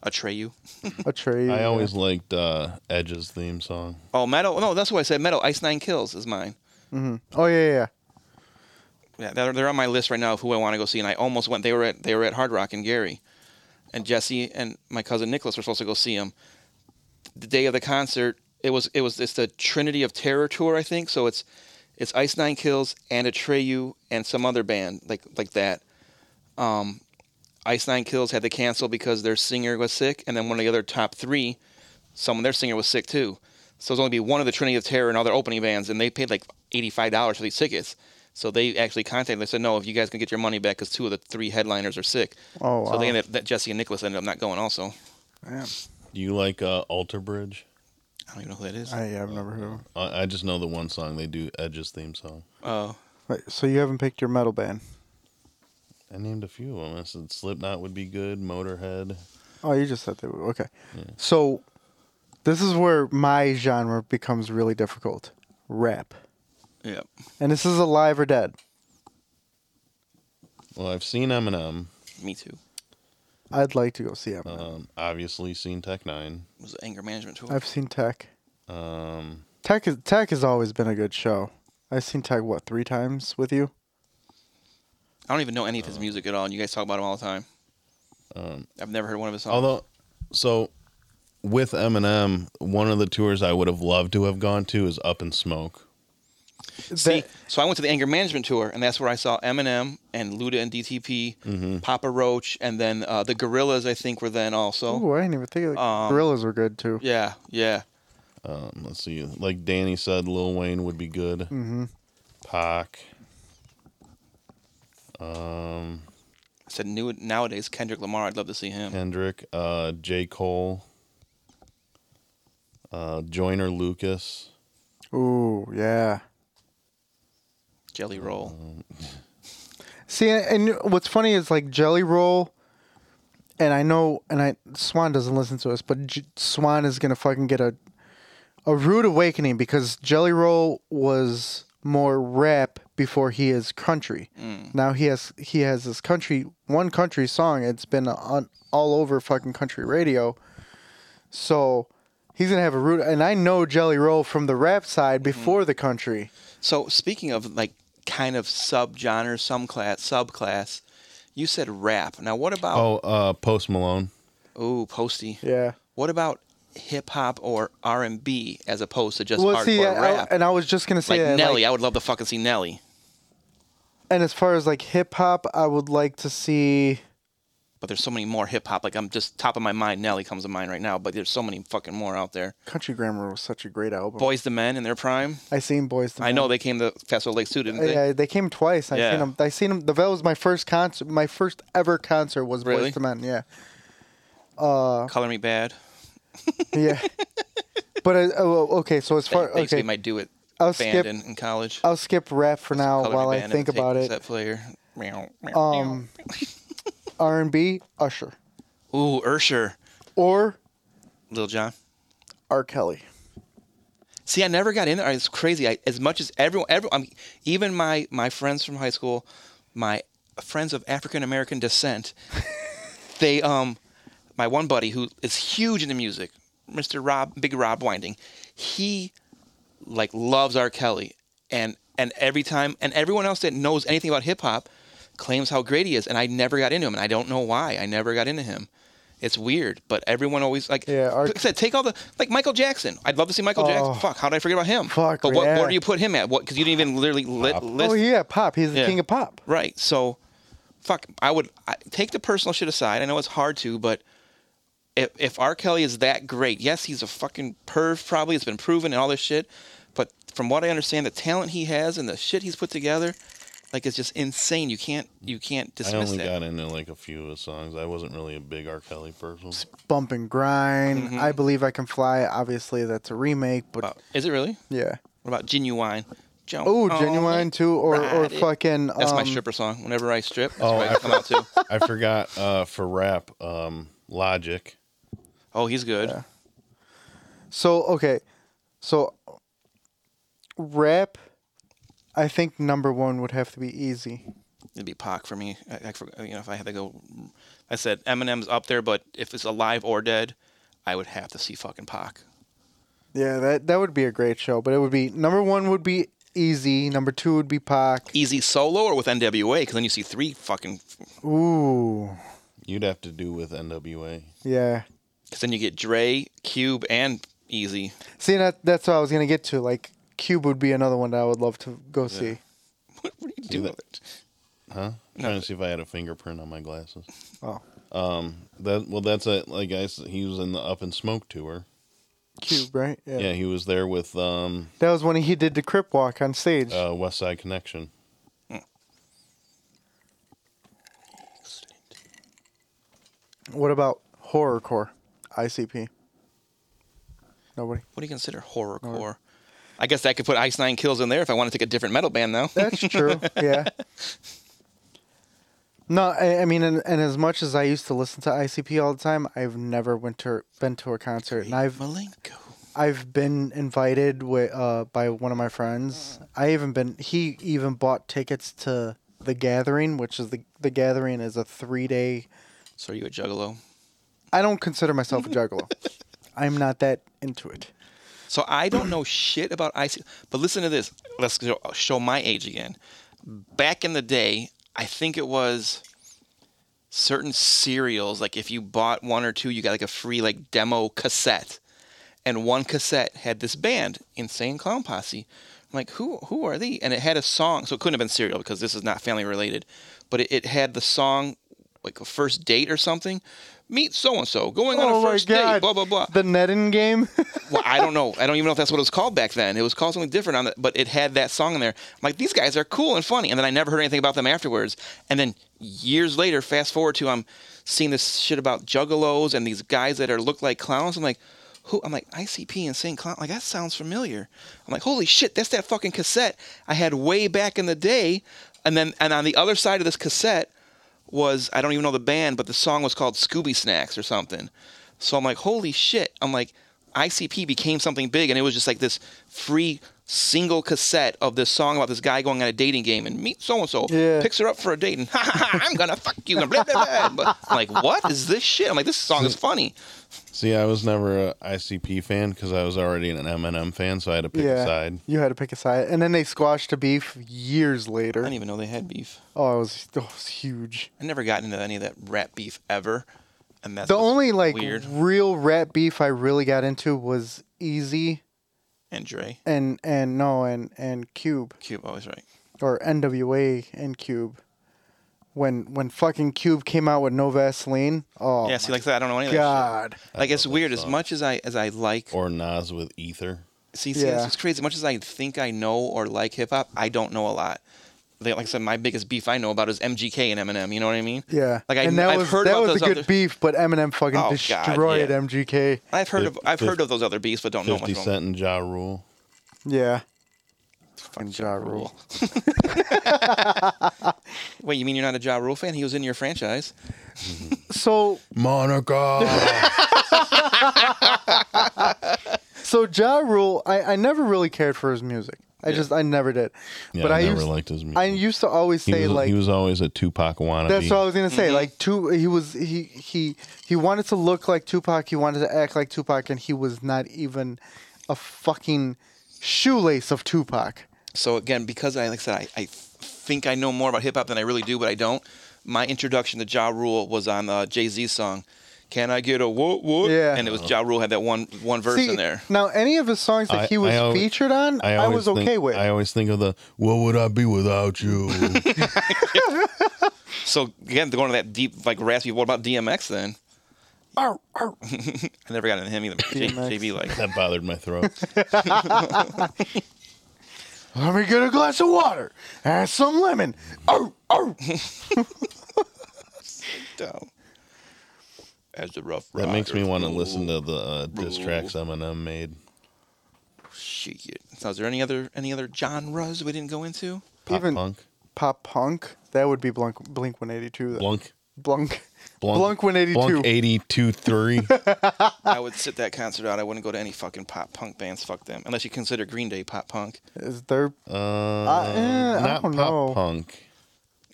Atreyu. Atreyu. I yeah. always liked uh, Edge's theme song. Oh, metal. No, that's what I said. Metal. Ice Nine Kills is mine. Oh yeah, yeah, yeah. Yeah, they're, they're on my list right now of who I want to go see, and I almost went. They were at they were at Hard Rock in Gary, and Jesse and my cousin Nicholas were supposed to go see them. The day of the concert, It was it was it's the Trinity of Terror tour, I think. So it's it's Ice Nine Kills and Atreyu and some other band like like that. Um, Ice Nine Kills had to cancel because their singer was sick, and then one of the other top three, someone their singer was sick too. So it was only be one of the Trinity of Terror and all their opening bands, and they paid like eighty five dollars for these tickets. So they actually contacted. They said, "No, if you guys can get your money back, because two of the three headliners are sick." Oh, So they wow. ended up, that Jesse and Nicholas ended up not going. Also, Man, Do you like uh, Alter Bridge? I don't even know who that is. I, I've never heard of them. I, I just know the one song they do, Edge's theme song. Oh, Wait, so you haven't picked your metal band? I named a few of them. I said Slipknot would be good, Motorhead. Oh, you just said they were okay. So this is where my genre becomes really difficult. Rap, yeah. and this is alive or dead. Well, I've seen Eminem. Me too. I'd like to go see them. Uh-huh. Um, obviously seen Tech Nine. It was the anger management tool. I've seen Tech. Um, Tech is Tech has always been a good show. I've seen Tech what three times with you. I don't even know any of his music at all, and you guys talk about him all the time. Uh, um, I've never heard one of his songs. although, so with Eminem, one of the tours I would have loved to have gone to is Up in Smoke. See, That- so I went to the anger management tour, and that's where I saw Eminem and Luda and DTP, Mm-hmm. Papa Roach, and then uh, the Gorillas. I think were then also. Ooh, I didn't even think of Um, Gorillas were good too. Yeah, yeah. Um, let's see. Like Danny said, Lil Wayne would be good. Mm-hmm. Pac. Um, I said new nowadays Kendrick Lamar. I'd love to see him. Kendrick. Uh, J. Cole. Uh, Joyner Lucas. Ooh, yeah. Jelly Uh, Roll. See, and and what's funny is like Jelly Roll, and I know, and I Swan doesn't listen to us, but J- Swan is gonna fucking get a a rude awakening because Jelly Roll was more rap before he is country. Mm. Now he has he has this country one country song. It's been on all over fucking country radio, so. He's gonna have a root, and I know Jelly Roll from the rap Mm-hmm. side before the country. So speaking of like kind of subgenre, some class, subclass, you said rap. Now what about Oh, uh, Post Malone. Oh. ooh posty? Yeah. What about hip hop or R and B as opposed to just hardcore I- I- rap? and I was just gonna say uh, like that, Nelly, I would love to fucking see Nelly. And as far as like hip hop, I would like to see. But there's so many more hip hop. Like I'm just top of my mind. Nelly comes to mind right now. But there's so many fucking more out there. Country Grammar was such a great album. Boys the Men in their prime. I seen Boys. to I Men. know they came to Festival Lake too, didn't they? Yeah, they came twice. I Yeah. seen them. I seen them. The Veil was my first concert. My first ever concert was Really? Boys to Men. Yeah, Color Me Bad. yeah. but I, oh, okay, so as They, far they used to okay, be my do it I'll band skip. in, in college. I'll skip rap for now Color Me while I Bad and think the tape about it. cassette player. Meow, meow, Um, R and B, Usher, meow. Ooh, Ursher, or Lil Jon. R Kelly. See, I never got in there. It's crazy. I, as much as everyone, everyone, I mean, even my my friends from high school, my friends of African American descent, they um, my one buddy who is huge into music, Mr. Rob, Big Rob Winding, he like loves R. Kelly, and and every time, and everyone else that knows anything about hip hop claims how great he is, and I never got into him, and I don't know why. I never got into him. It's weird, but everyone always like. Yeah, R- like I said, take all the like Michael Jackson. I'd love to see Michael Oh. Jackson. Fuck, how did I forget about him? Fuck, But what, yeah. where do you put him at? What? Because you didn't even literally li- list. Oh yeah, pop. He's the Yeah. king of pop. Right. So, fuck. I would I, take the personal shit aside. I know it's hard to, but if if R. Kelly is that great, yes, he's a fucking perv. Probably it's been proven and all this shit. But from what I understand, the talent he has and the shit he's put together, like it's just insane. You can't you can't I dismiss only that. got into like a few of his songs. I wasn't really a big R. Kelly person. Bump and Grind. Mm-hmm. I believe I can fly. Obviously, that's a remake, but About- is it really? yeah. What about genuine? Jump Oh, on genuine it, too, or or ride it. fucking. That's my um, stripper song. Whenever I strip, that's Oh, what I I- come out to. I forgot uh, for rap, um, Logic. Oh, he's good. So okay, so rap. I think number one would have to be easy. It'd be Pac for me. I, I forgot, you know, if I had to go, I said Eminem's up there, but if it's alive or dead, I would have to see fucking Pac. Yeah, that that would be a great show. But it would be number one would be easy. Number two would be Pac. Easy solo or with NWA, because then you see three fucking, Ooh, You'd have to do with NWA. yeah. because then you get Dre, Cube, and easy. See, that that's what I was gonna get to. Like Cube would be another one that I would love to go see. What are you doing? Huh? Trying to see if I had a fingerprint on my glasses. Oh, That well, that's a like I s- he was in the Up and Smoke tour. Cube, right? Yeah, he was there with um, That was when he did the Crip Walk on stage. uh, West Side Connection. what about horrorcore? ICP. Nobody. What do you consider horrorcore? I guess I could put Ice Nine Kills in there if I want to take a different metal band now. That's true. yeah. No, I, I mean, and, and as much as I used to listen to ICP all the time, I've never went to been to a concert, and I've Malenko. I've been invited with, uh, by one of my friends. Mm. I even been he even bought tickets to the Gathering, which is the the Gathering is a three day. So are you a juggalo? I don't consider myself a juggalo. I'm not that into it. So I don't know shit about ice. But listen to this. Let's go- show my age again. Back in the day, I think it was certain cereals. Like if you bought one or two, you got like a free like demo cassette, and one cassette had this band, Insane Clown Posse. I'm like, who who are they? And it had a song, so it couldn't have been cereal because this is not family related. But it, it had the song, like a first date or something. Meet so and so, going on a first date, blah blah blah. Oh The netting game. Well, I don't know. I don't even know if that's what it was called back then. It was called something different on the, but it had that song in there. I'm like, these guys are cool and funny. And then I never heard anything about them afterwards. And then years later, fast forward to I'm seeing this shit about juggalos and these guys that are look like clowns. I'm like, who? I'm like, ICP and St. Clown. Like, that sounds familiar. I'm like, holy shit, that's that fucking cassette I had way back in the day. And then, and on the other side of this cassette, was I don't even know the band, but the song was called Scooby Snacks or something. So I'm like, holy shit! I'm like, ICP became something big, and it was just like this free single cassette of this song about this guy going on a dating game and meet so and so, Yeah. picks her up for a date, and ha, ha, ha, I'm gonna fuck you and blah blah blah. But I'm like, what is this shit? I'm like, this song is funny. See, I was never a ICP fan because I was already an Eminem fan, so I had to pick a side. You had to pick a side, and then they squashed the beef years later. I didn't even know they had beef. Oh, it was, oh, it was huge. I never got into any of that rap beef ever, and that's The what's only like weird real rat beef I really got into was Easy and Dre and and no and and Cube Cube always right. or NWA and Cube. When when fucking Cube came out with No Vaseline, oh yeah, see, like I said, I don't know any of that. God, Shit. Like it's love that weird. As song. much as I as I like Or Nas with Ether. See, see, Yeah. that's what's crazy. As much as I think I know or like hip hop, I don't know a lot. Like like I said, my biggest beef I know about is MGK and Eminem. You know what I mean? yeah. Like I, and that I've was heard that about was those a good other. beef, but Eminem fucking Oh, God, destroyed yeah. MGK. I've heard of I've Fif- heard of those other beefs, but don't know much 50 about them. Cent and Ja Rule. Yeah, fucking Ja Rule. Wait, you mean you're not a Ja Rule fan? He was in your franchise. So Monica! So Ja Rule, I, I never really cared for his music. I just I never did. yeah, but I, I, never used liked his music. I used to always he, say was, like he was always a Tupac wannabe. that's what I was gonna say. Like Mm-hmm. two, he was he he he wanted to look like Tupac. He wanted to act like Tupac, and he was not even a fucking shoelace of Tupac. So again, because I like I said, I, I think I know more about hip hop than I really do, but I don't. My introduction to Ja Rule was on uh, Jay Z song. Can I get a whoop whoop? Yeah. And it was Ja Rule had that one one verse See, in there. now any of his songs that I- he was I al- featured on, I, always was okay think, with. I always think of the, what would I be without you? So again, going to that deep, like raspy. What about DMX then? I never got into him either. J- DMX. JB like that bothered my throat. Let me get a glass of water and some lemon. Oh, oh. down. As a rough. That makes me want to listen to the uh, diss Rule. tracks Eminem made. Shit. So is there any other any other genres we didn't go into? Pop Even- punk. Pop punk. That would be Blunk Blink One Eighty Two. Blunk. Blunk. Blunk, Blunk 182. Blunk 82 3. I would sit that concert out. I wouldn't go to any fucking pop punk bands. Fuck them. Unless you consider Green Day pop punk. Is there? uh, not eh, don't pop know. punk.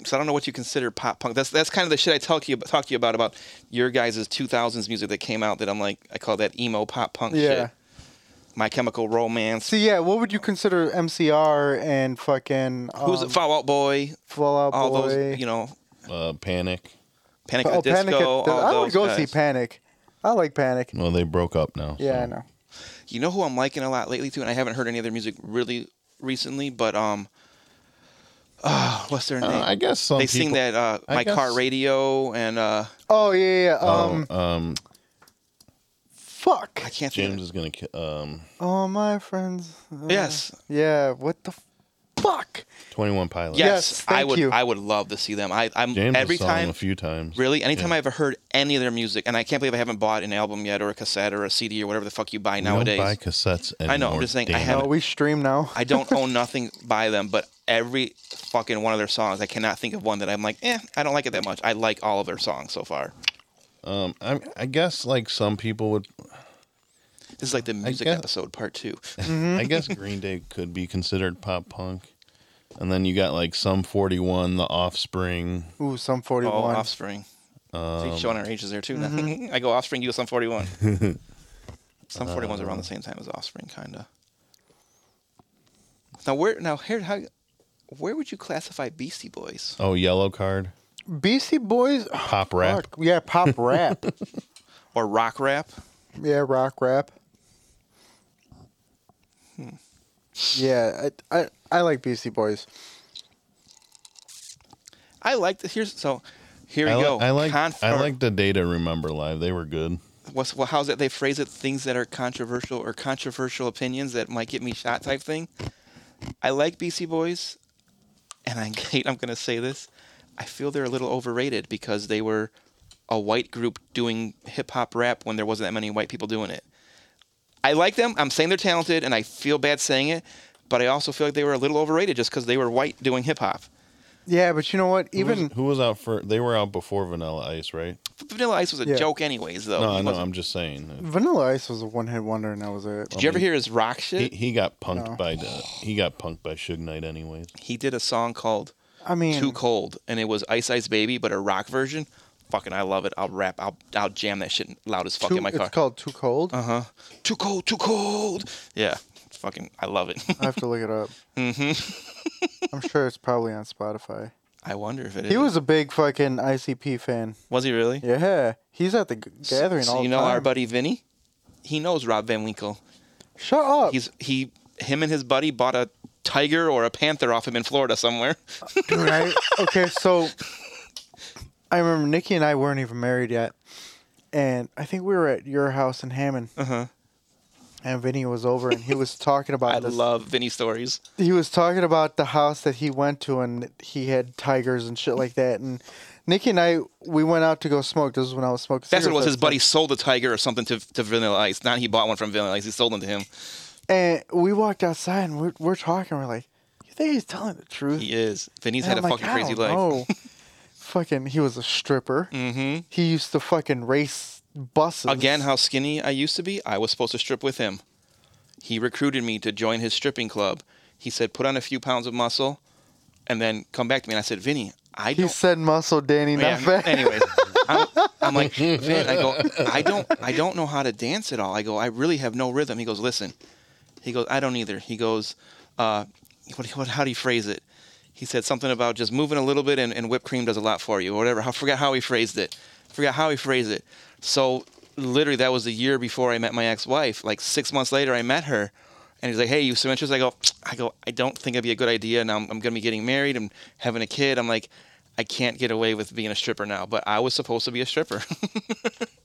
So I don't know what you consider pop punk. That's that's kind of the shit I talk to you talk to you about about your guys' 2000s music that came out that I'm like I call that emo pop punk Yeah. shit. My Chemical Romance. See, yeah. What would you consider MCR and fucking um, Who's it? Fall Out Boy. Fall Out all Boy? those, you know, Uh, Panic. Panic oh, at the Disco. Panic! At the, all I would those go guys. see Panic. I like Panic. Well, they broke up now. Yeah, I so. know. You know who I'm liking a lot lately too, and I haven't heard any other music really recently, but um, uh, what's their name? Uh, I guess some they sing people- that uh, I my car guess- radio and uh, Oh yeah, yeah, yeah. Oh, Um, um, fuck. I can't think. James is gonna. ki- Um, All my friends. uh, Yes. Yeah. What the fuck? Twenty One Pilots. Yes, Yes, I thank would. you. I would love to see them. I, I'm James has every saw them time. a few times. Really, anytime Yeah. I've ever heard any of their music, and I can't believe I haven't bought an album yet, or a cassette, or a CD, or whatever the fuck you buy We don't nowadays. buy cassettes anymore. know, I'm just saying, I damn it. No, haven't- Oh, we stream now. I don't own nothing by them, but every fucking one of their songs, I cannot think of one that I'm like, eh, I don't like it that much. I like all of their songs so far. Um, I, I guess like some people would. This is like the music guess- episode part two. Mm-hmm. I guess Green Day could be considered pop punk, and then you got like some Forty One, The Offspring. Ooh, some Oh, forty-one. Offspring. um, See, showing our ages there too. now. I go Offspring, you go Sum 41. Sum 41's Uh, around the same time as Offspring, kind of. Now where now here how where would you classify Beastie Boys? Oh, Yellow Card, Beastie Boys. pop rap. Fuck. Yeah, pop rap. Or rock rap? yeah, rock rap. Hmm. Yeah, I, I I like Beastie Boys. I like the here's so here we I, li- go. I like Conf- I or- like the Data Remember live. They were good. what's well, how's it they phrase it things that are controversial or controversial opinions that might get me shot type thing. I like BC Boys, and I hate I'm gonna say this. I feel they're a little overrated because they were a white group doing hip hop rap when there wasn't that many white people doing it. I like them. I'm saying they're talented, and I feel bad saying it, but I also feel like they were a little overrated just because they were white doing hip hop. Yeah, but you know what? Who was- Even who was out for? They were out before Vanilla Ice, right? Vanilla Ice was a Yeah. joke, anyways. Though. No, Oh, He I know. wasn't- I'm just saying. Vanilla Ice was a one-hit wonder, and that was it. Did you ever hear his rock shit? He, he got punked No. by the, he got punked by Suge Knight, anyways. he did a song called I mean, Too Cold, and it was Ice Ice Baby, but a rock version. Fucking, I love it. I'll rap. I'll I'll jam that shit loud as fuck too, in my car. it's called Too Cold. Uh huh. Too cold. Too cold. Yeah. It's Fucking, I love it. I have to look it up. mm-hmm. I'm sure it's probably on Spotify. I wonder if it is. He was a big fucking ICP fan. Was he really? Yeah, he's at the g- So- gathering so all you the know time. our buddy Vinny. He knows Rob Van Winkle. Shut up, He's he him and his buddy bought a tiger or a panther off him in Florida somewhere. dude. I, okay, so I remember Nikki and I weren't even married yet, and I think we were at your house in Hammond. Uh huh. And Vinny was over, and he was talking about. Uh-huh. I this- love Vinny stories. he was talking about the house that he went to and he had tigers and shit like that and Nikki and I we went out to go smoke. This is when I was smoking. That's what it was. cigarettes His buddy sold a tiger or something to, to Vanilla Ice. Not he bought one from Vanilla Ice. He sold them to him. And we walked outside and we're, we're talking. We're like, you think he's telling the truth? He is. Vinny's And had a I'm like, fucking "I crazy don't life. know." fucking, he was a stripper. Mm-hmm. He used to fucking race buses Again, how skinny I used to be. I was supposed to strip with him. He recruited me to join his stripping club. He said, "Put on a few pounds of muscle, and then come back to me." And I said, "Vinny, I He don't." said, "Muscle, Danny, not yeah. fat." Anyways, I'm, I'm like, Vin, I go, I don't, I don't know how to dance at all. I go, I really have no rhythm. He goes, listen. He goes, I don't either. He goes, uh, what, what, how do you phrase it? He said something about just moving a little bit and, and whipped cream does a lot for you or whatever. I forgot how he phrased it. I forgot how he phrased it. So literally that was the year before I met my ex-wife. Like six months later, I met her. And he's like, "Hey, you some interest?" I go, "I go, I don't think it'd be a good idea. Now I'm, I'm gonna be getting married and having a kid. I'm like, I can't get away with being a stripper now, but I was supposed to be a stripper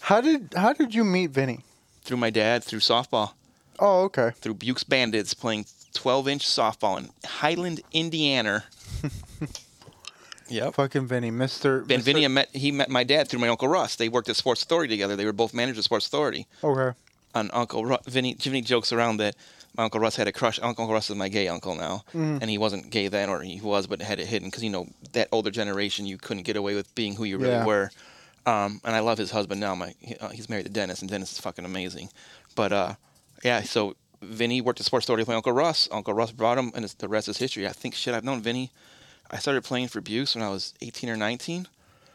How did how did you meet Vinny? through my dad, through softball, Oh, okay. through Bukes Bandits playing 12 inch softball in Highland, Indiana. yep. Fucking Vinny, Mister. And Vinny met he met my dad through my uncle Russ. They worked at Sports Authority together. They were both managers at Sports Authority. Okay. on Uncle Ru- Vinny. Jimmy jokes around that my Uncle Russ had a crush. Uncle Russ is my gay uncle now, and he wasn't gay then, or he was, but had it hidden because you know that older generation you couldn't get away with being who you really Yeah. were. Um, and I love his husband now. My he- uh, he's married to Dennis, and Dennis is fucking amazing. But uh, yeah, so Vinny worked at Sports Authority with my Uncle Russ. Uncle Russ brought him, and it's, the rest is history. I think shit, I've known Vinny. I started playing for Buse when I was 18 or 19,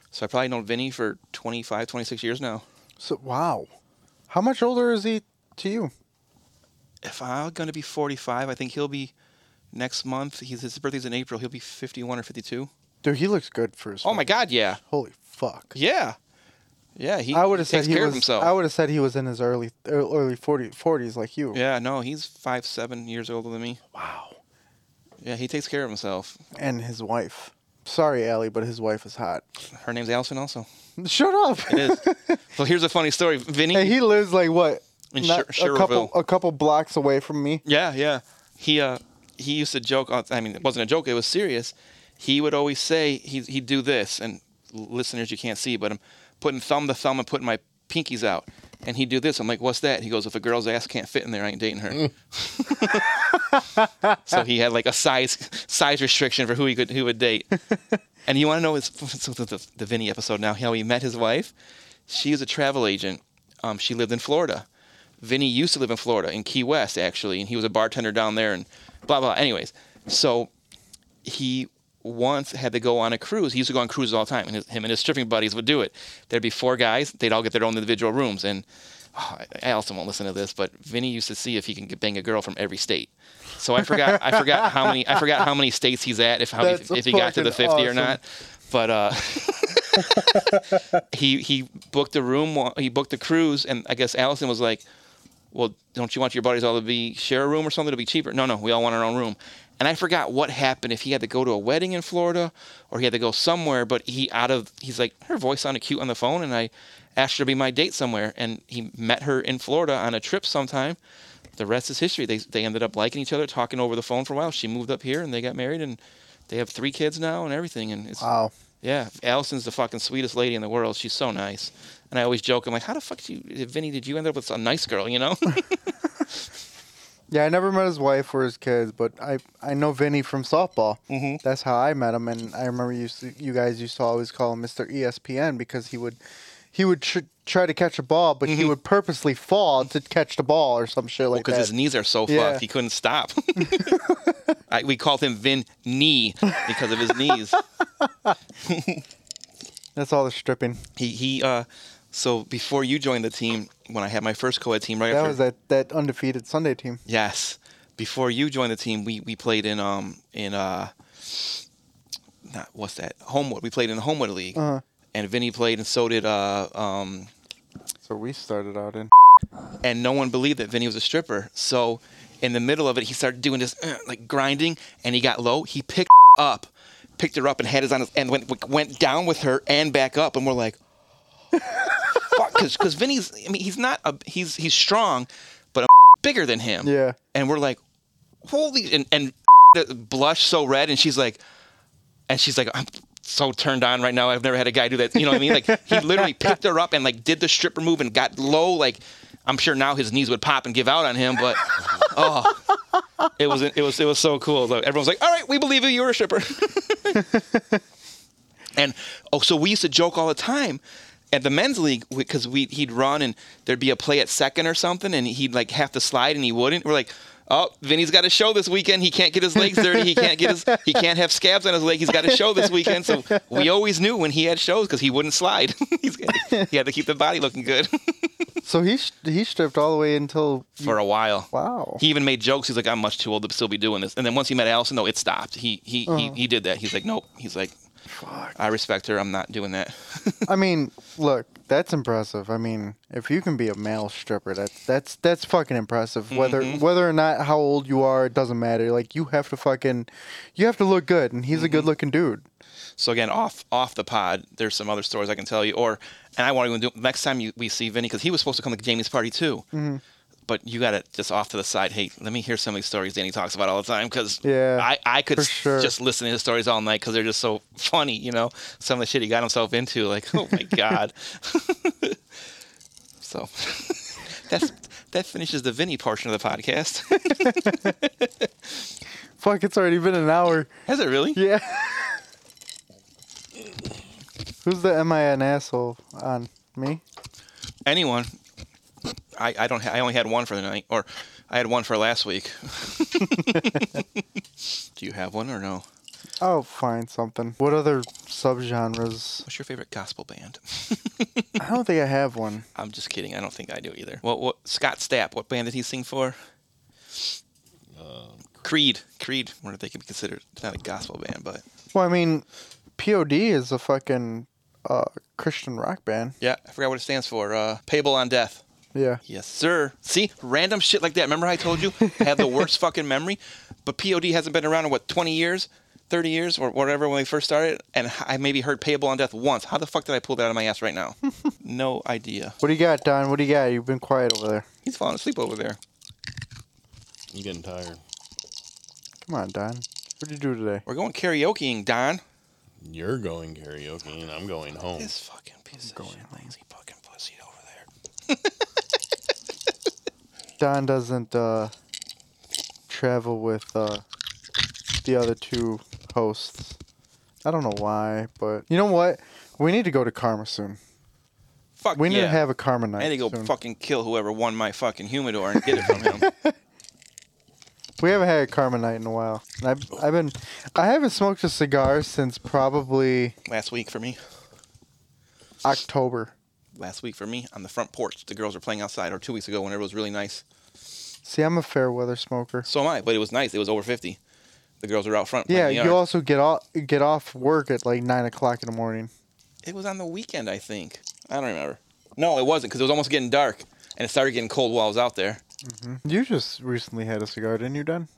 so I probably known Vinny for 25, 26 years now. So wow, how much older is he to you? if I'm gonna be 45, I think he'll be next month. He's, his birthday's in April. He'll be 51 or 52. Dude, he looks good for his. Oh my God! Yeah, Holy fuck. yeah. Yeah, he. I would have he said takes he care was. of himself. I would have said he was in his early early 40, 40s like you. yeah, no, he's five seven years older than me. Wow. Yeah, he takes care of himself. And his wife. Sorry, Allie, but his wife is hot. Her name's Allison, also. Shut up. It is. so here's a funny story, Vinny. and he lives like what? In not- Sher- a couple Shererville. a couple blocks away from me. Yeah, yeah. He uh he used to joke. uh, I mean, it wasn't a joke. It was serious. He would always say he he'd do this, and l- listeners, you can't see, but I'm putting thumb to thumb and putting my pinkies out, and he'd do this. I'm like, what's that? He goes, if a girl's ass can't fit in there, I ain't dating her. so he had like a size size restriction for who he could who would date. and you want to know his so the, the, the Vinny episode now how he met his wife? She was a travel agent. Um, she lived in Florida. Vinny used to live in Florida, in Key West, actually, and he was a bartender down there and blah, blah. Anyways, so he once had to go on a cruise. He used to go on cruises all the time, and his, him and his stripping buddies would do it. There'd be four guys, they'd all get their own individual rooms. And oh, Allison won't listen to this, but Vinny used to see if he can get- bang a girl from every state. So I forgot, I forgot how many, I forgot how many states he's at, if how, That's if, if he got to the fucking 50 or not. But, uh, he he booked a room. wa- He booked a cruise, and I guess Allison was like, "Well, don't you want your buddies all to be share a room or something to be cheaper?" No, no, we all want our own room. And I forgot what happened if he had to go to a wedding in Florida or he had to go somewhere. But he out of he's like her voice sounded cute on the phone, and I asked her to be my date somewhere, and he met her in Florida on a trip sometime. The rest is history. They they ended up liking each other, talking over the phone for a while. She moved up here, and they got married, and they have three kids now and everything. And it's Wow. yeah, Allison's the fucking sweetest lady in the world. She's so nice. And I always joke, I'm like, how the fuck did you, Vinny, did you end up with a nice girl, you know? Yeah, I never met his wife or his kids, but I I know Vinny from softball. Mm-hmm. That's how I met him, and I remember you s- you guys used to always call him Mister E ESPN because he would he would tr- try to catch a ball, but Mm-hmm. he would purposely fall to catch the ball or some shit like Because that. his knees are so Yeah. fucked, he couldn't stop. I, we called him Vin Knee because of his knees. That's all the stripping. He, he, uh, so before you joined the team, when I had my first co ed team, right That after. was that that undefeated Sunday team. Yes. Before you joined the team, we, we played in um in uh not what's that Homewood. We played in the Homewood League, Uh-huh. and Vinny played, and so did uh um So we started out in. and no one believed that Vinny was a stripper. So in the middle of it, he started doing this uh, like grinding, and he got low. He picked up, picked her up, and had his on his and went went down with her and back up, and we're like, fuck, because Vinny's I mean he's not a he's he's strong, but I'm bigger than him. Yeah. and we're like, holy, and and blushed so red, and she's like, and she's like, I'm so turned on right now. I've never had a guy do that. You know what I mean? Like he literally picked her up and like did the stripper move and got low. Like I'm sure now his knees would pop and give out on him, but oh, it was it was it was so cool. Like, everyone's like, all right, we believe you. You're a stripper. and oh, so we used to joke all the time. At the men's league, because we he'd run and there'd be a play at second or something, and he'd like have to slide and he wouldn't. We're like, oh, Vinny's got a show this weekend. He can't get his legs dirty. He can't get his he can't have scabs on his leg. He's got a show this weekend. So we always knew when he had shows because he wouldn't slide. He's, he had to keep the body looking good So he sh- he stripped all the way until for a while. wow. He even made jokes. He's like, I'm much too old to still be doing this. And then once he met Allison, no, it stopped. He he he, he did that. He's like, nope. He's like, I respect her. I'm not doing that. I mean, look, that's impressive. I mean, if you can be a male stripper, that's that's that's fucking impressive. Whether whether or not how old you are, it doesn't matter. Like you have to fucking, you have to look good, and he's a good looking dude. So again, off off the pod, there's some other stories I can tell you. Or and I want to do next time you, we see Vinny because he was supposed to come to Jamie's party too. Mm-hmm. But you got to just off to the side. Hey, let me hear some of these stories Danny talks about all the time because Yeah, I I could for s- sure. just listen to his stories all night because they're just so funny. You know, some of the shit he got himself into. Like, oh my god. so that's that finishes the Vinny portion of the podcast. Fuck, it's already been an hour. Has it really? Yeah. Who's the am I an asshole on me? anyone. I, I don't. Ha- I only had one for the night, or I had one for last week. Do you have one or no? I'll find something. What other subgenres? What's your favorite gospel band? I don't think I have one. I'm just kidding. I don't think I do either. What? What? Scott Stapp. What band did he sing for? Uh, Creed. Creed. I wonder if they could be considered. It's not a gospel band, but Well, I mean, POD is a fucking uh, Christian rock band. Yeah, I forgot what it stands for. Uh, payable on death. Yeah. Yes, sir. See, random shit like that. Remember how I told you I have the worst fucking memory? But POD hasn't been around in what 20 years, 30 years, or whatever when we first started, and I maybe heard Payable on Death once. How the fuck did I pull that out of my ass right now? no idea. What do you got, Don? What do you got? You've been quiet over there. He's falling asleep over there. I'm getting tired. Come on, Don. What did you do today? We're going karaokeing, Don. You're going karaoke and I'm going home. This fucking piece of shit, lazy fucking pussy over there. Don doesn't uh, travel with uh, the other two hosts. I don't know why, but you know what? We need to go to Karma soon. Fuck We need yeah. to have a Karma night. I had to go soon. fucking kill whoever won my fucking humidor and get it from him. We haven't had a Karma night in a while. And I've, I've been, I haven't smoked a cigar since probably Last week for me. October. Last week for me on the front porch. The girls were playing outside, or two weeks ago whenever it was really nice. See, I'm a fair weather smoker. So am I, but it was nice. It was over 50. The girls were out front. playing Yeah, in the you yard. also get off get off work at like nine o'clock in the morning. It was on the weekend, I think. I don't remember. No, it wasn't because it was almost getting dark and it started getting cold while I was out there. You just recently had a cigar, didn't you, Don?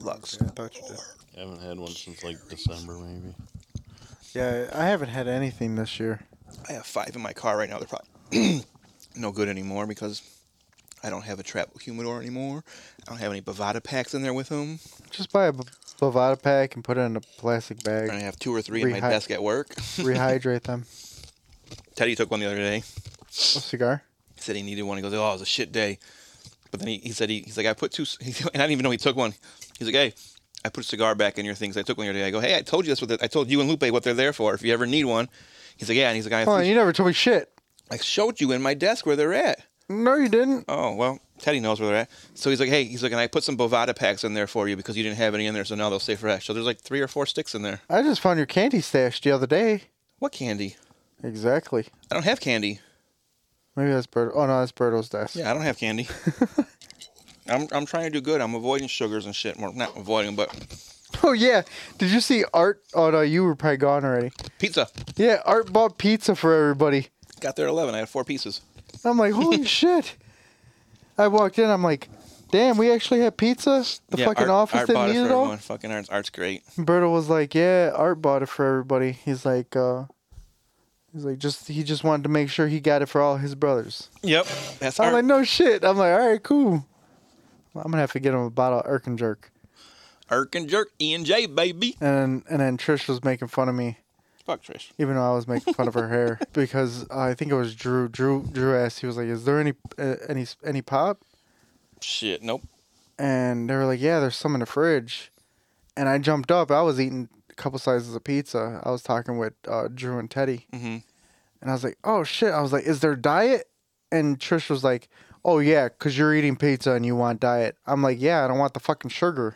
Lux. I thought you did. I haven't had one since like December maybe. Yeah, I haven't had anything this year. I have five in my car right now. They're probably no good anymore because I don't have a trap humidor anymore. I don't have any Bovada packs in there with them. Just buy a B- Bovada pack and put it in a plastic And I bag. have two or three in my Rehy- desk at work. Rehydrate them. Teddy took one the other day. A cigar. He said he needed one. He goes, "Oh, it was a shit day," but then he, he said he, he's like, "I put two, c- and I didn't even know he took one." He's like, "Hey, I put a cigar back in your things. I took one the other day." I go, "Hey, I told you this. What the, I told you and Lupe what they're there for. If you ever need one." He's like, "Yeah," and he's like, I, Oh, you never told me shit. "I showed you in my desk where they're at." No, you didn't. Oh well, Teddy knows where they're at. So he's like, "Hey," he's like, "and I put some Bovada packs in there for you because you didn't have any in there, so now they'll stay fresh." So there's like three or four sticks in there. I just found your candy stash the other day. What candy? Exactly. I don't have candy. Maybe that's Berto. Oh no, that's Berto's desk. Yeah, I don't have candy. I'm, I'm trying to do good. I'm avoiding sugars and shit. Well, not avoiding, but Oh yeah. Did you see Art? Oh no, you were probably gone already. pizza. Yeah, Art bought pizza for everybody. Got there at 11. I had four pieces. I'm like, holy shit. I walked in. I'm like, damn, we actually had pizza. The fucking Art- office Art didn't bought it need for it all. everyone. Fucking Art's, Art's great. Berto was like, "Yeah, Art bought it for everybody." He's like, uh, "He's like, just he just wanted to make sure he got it for all his brothers." Yep. That's I'm Art. like, "No shit." I'm like, "All right, cool." Well, I'm gonna have to get him a bottle of Irk and Jerk. Irk and Jerk, E and J, baby. And and then Trish was making fun of me, Fuck Trish. even though I was making fun of her hair because I think it was Drew. Drew Drew asked, he was like, "Is there any uh, any any pop?" Shit, nope. and they were like, "Yeah, there's some in the fridge." And I jumped up. I was eating a couple sizes of pizza. I was talking with uh, Drew and Teddy, Mhm. and I was like, "Oh shit!" I was like, "Is there diet?" And Trish was like, "Oh yeah, cause you're eating pizza and you want diet." I'm like, "Yeah, I don't want the fucking sugar."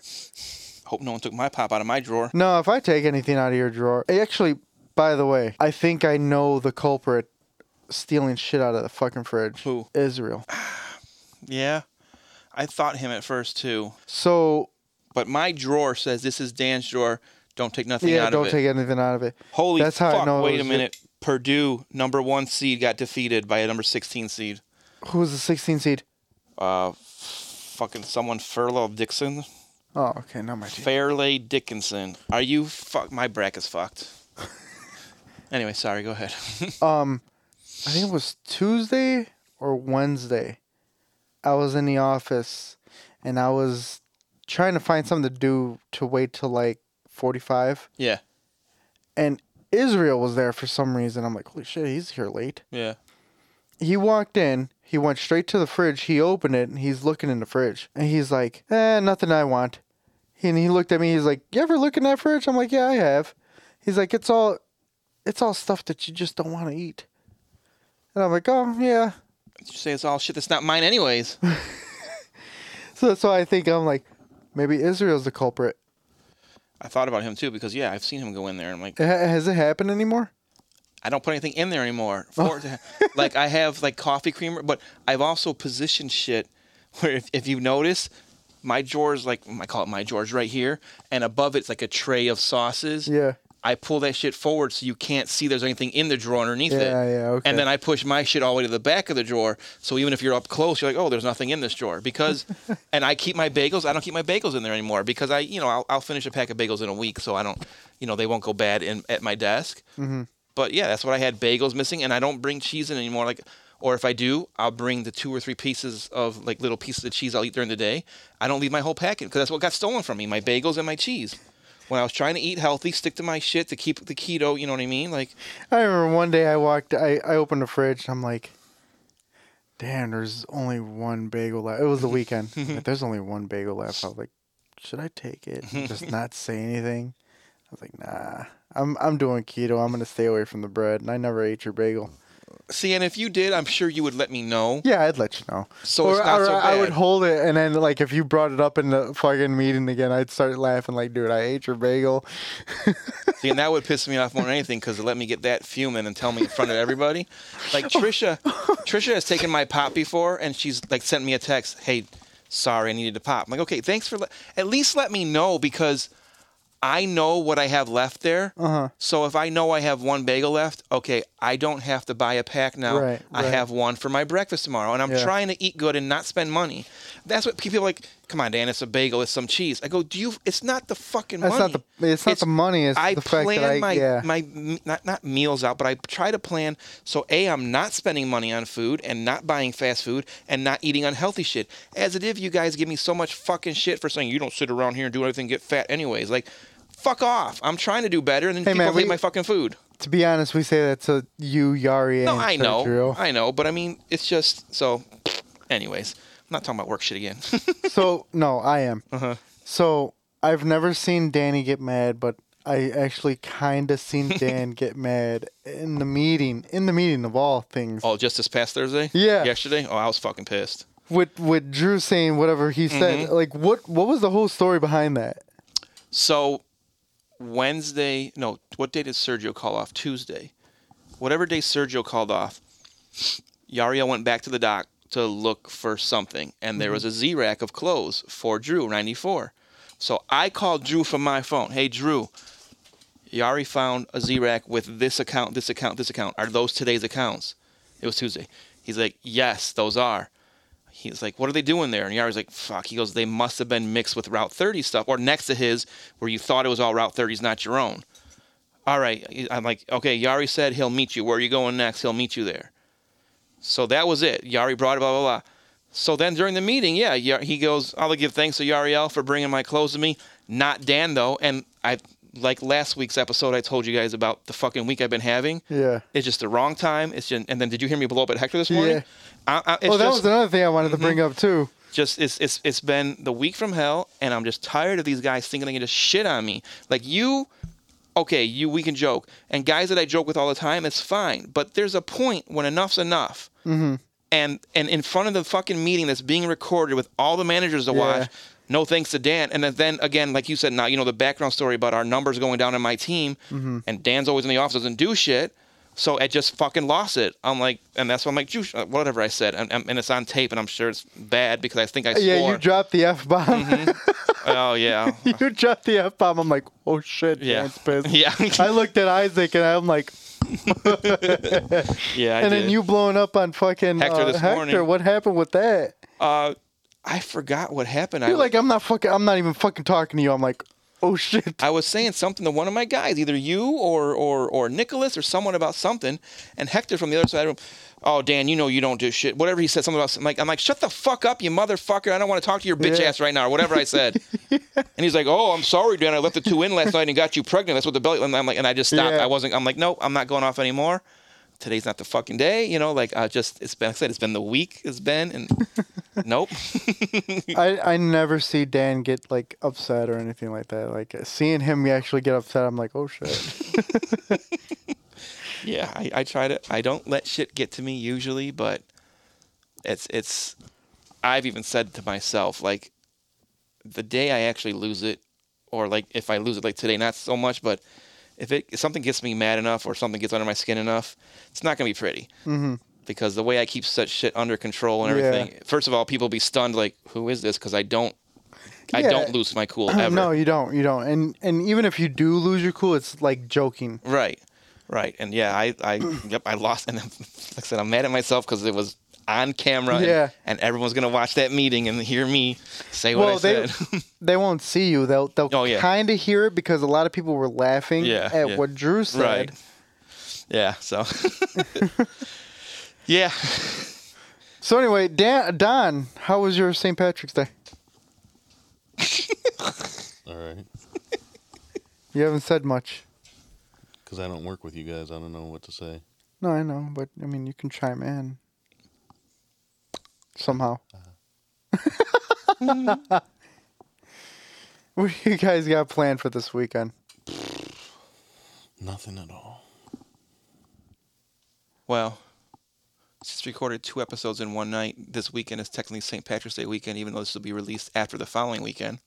Hope no one took my pop out of my drawer. No, if I take anything out of your drawer, eh, actually, by the way, I think I know the culprit stealing shit out of the fucking fridge. Who? Israel. Yeah. I thought him at first, too. So But my drawer says this is Dan's drawer. Don't take nothing yeah, out don't of it. take anything out of it. Holy That's how I fuck. know it Wait a was it. minute. Purdue, number one seed, got defeated by a number 16 seed. Who was the 16 seed? Uh, fucking someone, Furlough Dixon. Oh, okay, not my team. Fairleigh Dickinson. Are you fuck? My bracket's fucked. anyway, sorry. Go ahead. um i think it was tuesday or wednesday i was in the office and i was trying to find something to do to wait till like 45 yeah. and israel was there for some reason i'm like holy shit he's here late Yeah. he walked in he went straight to the fridge he opened it and he's looking in the fridge and he's like eh nothing i want and he looked at me he's like you ever look in that fridge i'm like yeah i have he's like it's all it's all stuff that you just don't want to eat and i'm like oh yeah Did you say it's all shit that's not mine, anyways? so that's why i think i'm like maybe israel's the culprit I thought about him too because yeah, I've seen him go in there. And I'm like, Ha- has it happened anymore I don't put anything in there anymore. For, like I have like coffee creamer, but I've also positioned shit where if, if you notice. My drawer's like I call it my drawers right here, and above it's like a tray of sauces. yeah I pull that shit forward so you can't see there's anything in the drawer underneath it. Yeah, yeah, okay. And then I push my shit all the way to the back of the drawer. So even if you're up close, you're like, oh, there's nothing in this drawer. Because, and I keep my bagels. I don't keep my bagels in there anymore because I, you know, I'll, I'll finish a pack of bagels in a week. So I don't, you know, they won't go bad in at my desk. Mm-hmm. But yeah, that's what I had bagels missing. And I don't bring cheese in anymore. Like, or if I do, I'll bring the two or three pieces of like little pieces of cheese I'll eat during the day. I don't leave my whole packet because that's what got stolen from me my bagels and my cheese. When I was trying to eat healthy, stick to my shit to keep the keto, you know what I mean? Like, I remember one day I walked, I, I opened the fridge. I'm like, damn, there's only one bagel left. It was the weekend. I'm like, there's only one bagel left. I was like, should I take it? and Just not say anything. I was like, nah, I'm, I'm doing keto. I'm going to stay away from the bread. And I never ate your bagel. see, and if you did, I'm sure you would let me know. Yeah, I'd let you know. So it's not so I I would bad. hold it, and then like if you brought it up in the fucking meeting again, I'd start laughing like, "Dude, I ate your bagel." See, and that would piss me off more than anything because it let me get that fuming and tell me in front of everybody. Like Oh. Trisha, Trisha has taken my pop before, and she's like sent me a text, "Hey, sorry, I needed to pop." I'm like, okay, thanks for le- at least let me know because I know what I have left there. Uh-huh. So if I know I have one bagel left, okay, I don't have to buy a pack now. Right, I right. have one for my breakfast tomorrow, and I'm Yeah. trying to eat good and not spend money. That's what people are like. Come on, Dan, it's a bagel, it's some cheese. I go, do you? It's not the fucking That's money. not the- it's not the money, it's I the fact that plan I- my yeah. my m- not not meals out, but I try to plan so a I'm not spending money on food and not buying fast food and not eating unhealthy shit. As it is, you guys give me so much fucking shit for saying you don't sit around here and do anything, get fat anyways. Like, fuck off. I'm trying to do better, and then Hey, people man, hate we- my fucking food. to be honest, we say that to you, Yari, No, and I know, Sergio. I know, but I mean, it's just so. Anyways, I'm not talking about work shit again. so no, I am. Uh-huh. So I've never seen Danny get mad, but I actually kind of seen Dan get mad in the meeting. In the meeting of all things, oh, just this past Thursday. Yeah. Yesterday. Oh, I was fucking pissed. with with Drew saying whatever he Mm-hmm. said. Like, what what was the whole story behind that? So Wednesday, no, what day did Sergio call off? Tuesday. Whatever day Sergio called off, Yario went back to the dock to look for something, and there was a Z rack of clothes for Drew, 94. So I called Drew from my phone. Hey, Drew, Yari found a Z rack with this account, this account, this account. Are those today's accounts? It was Tuesday. He's like, yes, those are. He's like, what are they doing there? And Yari's like, fuck. He goes, they must have been mixed with Route 30 stuff or next to his where you thought it was all Route 30s, not your own. All right. I'm like, okay, Yari said he'll meet you. Where are you going next? He'll meet you there. So that was it. Yari brought it, blah, blah, blah. So then during the meeting, yeah, Yar- he goes, I'll give thanks to Yariel for bringing my clothes to me. Not Dan, though. And I, like last week's episode, I told you guys about the fucking week I've been having. Yeah. It's just the wrong time. It's just, and then did you hear me blow up at Hector this morning? Yeah. I, I, it's oh, just- that Mm-hmm. was another thing I wanted to bring up too. just it's it's it's been the week from hell, and I'm just tired of these guys thinking they can just shit on me. Like you, okay, you we can joke, and guys that I joke with all the time, it's fine. But there's a point when enough's enough. Mm-hmm. And and in front of the fucking meeting that's being recorded with all the managers to Yeah. watch. No thanks to Dan. And then, then again, like you said, now you know the background story about our numbers going down in my team, Mm-hmm. and Dan's always in the office doesn't do shit. So I just fucking lost it. I'm like, and that's why I'm like, "Juice," uh, whatever I said, and, and and it's on tape, and I'm sure it's bad because I think I swore. Yeah, you dropped the f bomb. oh yeah, you dropped the f bomb. I'm like, oh shit, Yeah. Dan's pissed. Yeah. I looked at Isaac and I'm like, yeah. I and did. then you blowing up on fucking Hector uh, this Hector. morning. What happened with that? uh, I forgot what happened. I You're was- like, I'm not fucking. I'm not even fucking talking to you. I'm like, oh shit. I was saying something to one of my guys, either you or or or Nicholas or someone about something, and Hector from the other side of the room. Oh, Dan, you know you don't do shit. Whatever he said, something about I'm like I'm like, shut the fuck up, you motherfucker. I don't want to talk to your bitch Yeah. ass right now, or whatever I said. and he's like, oh, I'm sorry, Dan. I left the two in last night and got you pregnant. That's what the belly. And I'm like, and I just stopped. Yeah. I wasn't. I'm like, nope, I'm not going off anymore. Today's not the fucking day, you know. Like, I just it's been. Like I said it's been the week. It's been and nope. I I never see Dan get like upset or anything like that. Like seeing him actually get upset, I'm like, oh shit. Yeah, I, I try to. I don't let shit get to me usually, but it's it's. I've even said to myself like, the day I actually lose it, or like if I lose it like today, not so much, but if it if something gets me mad enough or something gets under my skin enough, it's not gonna be pretty. Mm-hmm. Because the way I keep such shit under control and Yeah. everything, first of all, people be stunned like, who is this? Because I don't I Yeah. don't lose my cool ever. No, you don't. You don't. And and even if you do lose your cool, it's like joking. Right, right, and yeah, I, I, yep, I lost, and I'm, like I said, I'm mad at myself because it was on camera, and- Yeah. and, everyone's gonna watch that meeting and hear me say what I well, they said. they won't see you. They'll they'll Oh, yeah. kind of hear it because a lot of people were laughing Yeah, at yeah. what Drew said. right. Yeah. So. yeah. So anyway, Dan, Don, how was your St. Patrick's Day? All right. You haven't said much. Because I don't work with you guys. I don't know what to say. No, I know, but I mean, you can chime in somehow. what do you guys got planned for this weekend? Nothing at all. Well, since we recorded two episodes in one night, this weekend is technically St. Patrick's Day weekend, even though this will be released after the following weekend.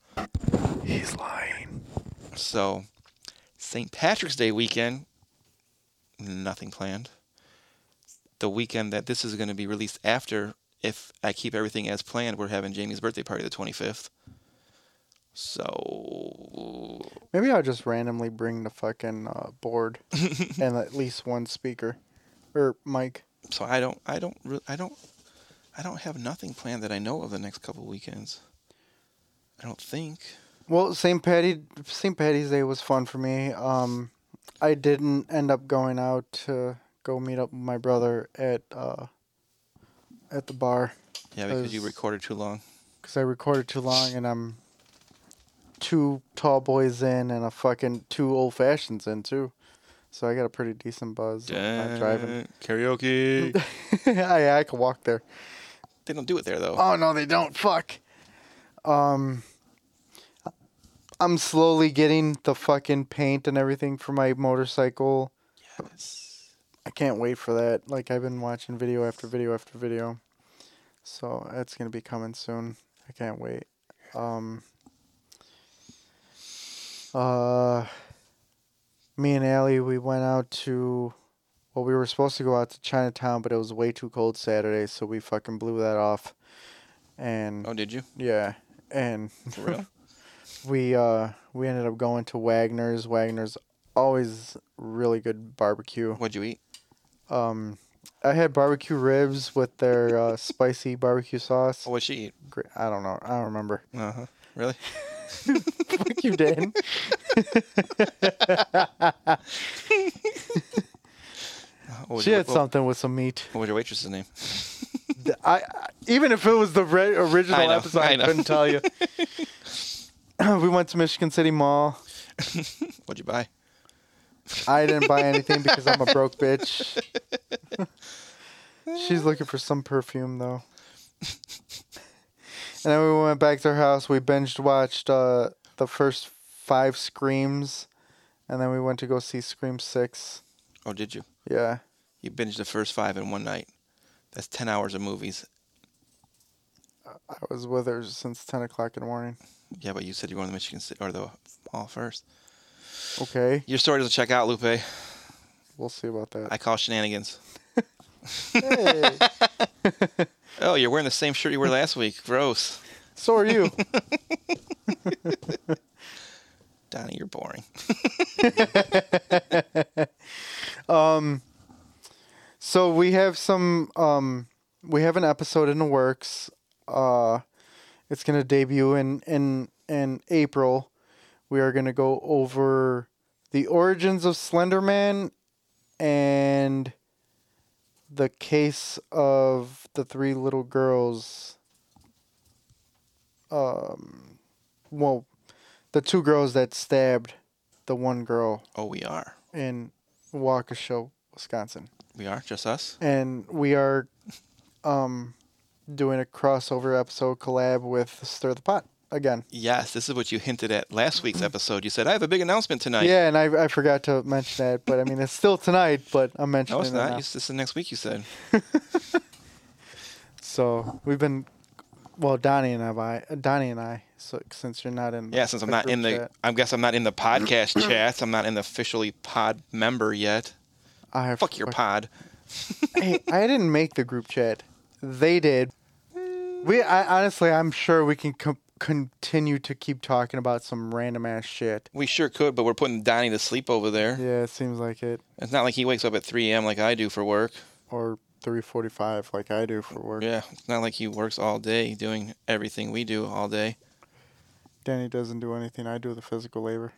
He's lying. So, St. Patrick's Day weekend, nothing planned. The weekend that this is going to be released after, if I keep everything as planned, we're having Jamie's birthday party the 25th. So, Maybe I'll just randomly bring the fucking uh, board and at least one speaker or mic. so I don't, I don't, re- I don't, I don't have nothing planned that I know of the next couple weekends. I don't think. Well, St. Patty St. Patty's Day was fun for me. Um, I didn't end up going out to go meet up with my brother at uh, at the bar. Yeah, because you Because- recorded too long. because I recorded too long and I'm two tall boys in and a fucking two old fashions in too. So I got a pretty decent buzz. when I'm driving. Karaoke. I I could walk there. they don't do it there though. Oh no, they don't. Fuck. Um, I'm slowly getting the fucking paint and everything for my motorcycle. Yes. I can't wait for that. Like I've been watching video after video after video. So that's gonna be coming soon. I can't wait. Um uh me and Allie we went out to well we were supposed to go out to Chinatown but it was way too cold Saturday so we fucking blew that off. And Oh, did you? yeah. And For real? we uh we ended up going to Wagner's. Wagner's always really good barbecue. What'd you eat? Um, I had barbecue ribs with their uh, spicy barbecue sauce. Oh, what'd she eat? Gr- I don't know. I don't remember. Uh huh. Really? Fuck you, Dan. What was, she your, had what- something with some meat. what was your waitress's name? Th- I, I even if it was the re- original I know, episode, I I, know. couldn't tell you. we went to Michigan City Mall. What'd you buy? I didn't buy anything because I'm a broke bitch. She's looking for some perfume though. And then we went back to her house. We binged watched uh, the first five screams, and then we went to go see Scream Six. Oh, did you? Yeah, You binged the first five in one night. That's ten hours of movies. I was with her since ten o'clock in the morning. Yeah, but you said you were going to Michigan City or the mall first. Okay, Your story doesn't check out, Lupe. we'll see about that. I call shenanigans. Hey, Oh, you're wearing the same shirt you wore last week. Gross. so are you? Donnie, you're boring. So we have some um we have an episode in the works. Uh it's going to debut in in in April. We are going to go over the origins of Slenderman and the case of the three little girls um well the two girls that stabbed the one girl Oh, we are. in Waukesha, Wisconsin We are just us. and we are um doing a crossover episode collab with Stir the Pot again. Yes, this is what you hinted at last week's episode. You said I have a big announcement tonight. Yeah, and I, I forgot to mention that, but I mean it's still tonight, but I'm mentioning No, it's it not. now. You, this is next week. You said. So we've been well, Donnie and I, Donnie and I. So since you're not in, Yeah, since I'm not in the, group chat, I guess I'm not in the podcast chats. I'm not in the officially pod member yet. I have Fuck your fuck- pod. hey, I didn't make the group chat. They did. We I, honestly, I'm sure we can com- continue to keep talking about some random ass shit. We sure could, but we're putting Donnie to sleep over there. Yeah, it seems like it. It's not like he wakes up at 3 a.m. like I do for work. Or 345 like I do for work. Yeah, it's not like he works all day doing everything we do all day. Danny doesn't do anything. I do the physical labor.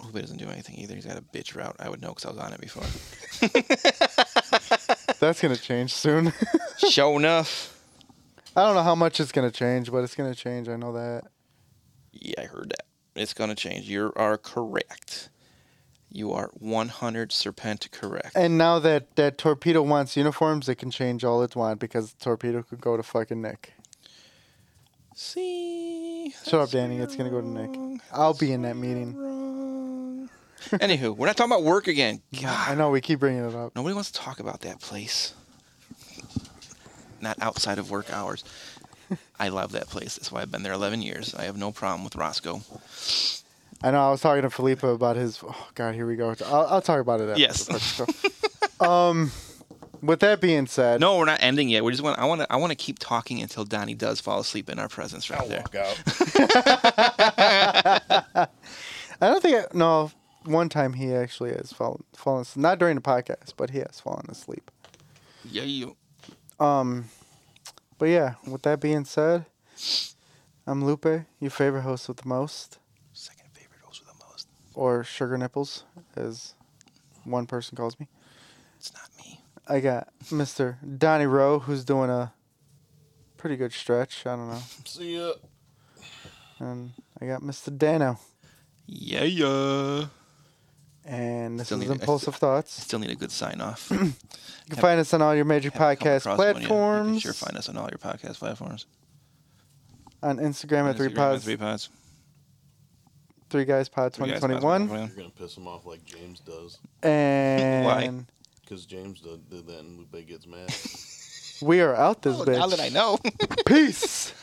Lupe doesn't do anything either. He's got a bitch route. I would know because I was on it before. That's going to change soon. Show enough. I don't know how much it's going to change, but it's going to change. I know that. Yeah, I heard that. It's going to change. You are correct. You are 100 serpent correct. And now that, that Torpedo wants uniforms, it can change all it wants because Torpedo could go to fucking Nick. See? Shut up, Danny. It's going to go to Nick. I'll be in that meeting. Wrong. Anywho, we're not talking about work again. God. I know we keep bringing it up. Nobody wants to talk about that place. Not outside of work hours. I love that place. That's why I've been there 11 years. I have no problem with Roscoe. I know. I was talking to Felipe about his. Oh God, here we go. I'll, I'll talk about it. After Yes. Let's go. um, with that being said, No, we're not ending yet. We just want. I want to. I want to keep talking until Donnie does fall asleep in our presence right there. out. I don't think. I, no, one time he actually has fallen fallen asleep. not during the podcast, but he has fallen asleep. Yeah, you. Um, but yeah. With that being said, I'm Lupe, your favorite host with the most, Second favorite host with the most. or Sugar Nipples, as one person calls me. It's not me. I got Mr. Donnie Rowe, who's doing a pretty good stretch. I don't know. See ya. And I got Mr. Dano. Yeah, yeah. And this Still is need to- Impulsive Thoughts. Still need a good sign off. You can find us on all your major Haven't come podcast across one yet. You can platforms. Sure, find us on all your podcast platforms. on Instagram at three Instagram at pods, Three pods. three guys pod Three twenty Guys Pods, twenty one, 2021. gonna piss him off like James does, and because James did, did that, and Lupe gets mad. we are out this Oh, now bitch. that I know. Peace.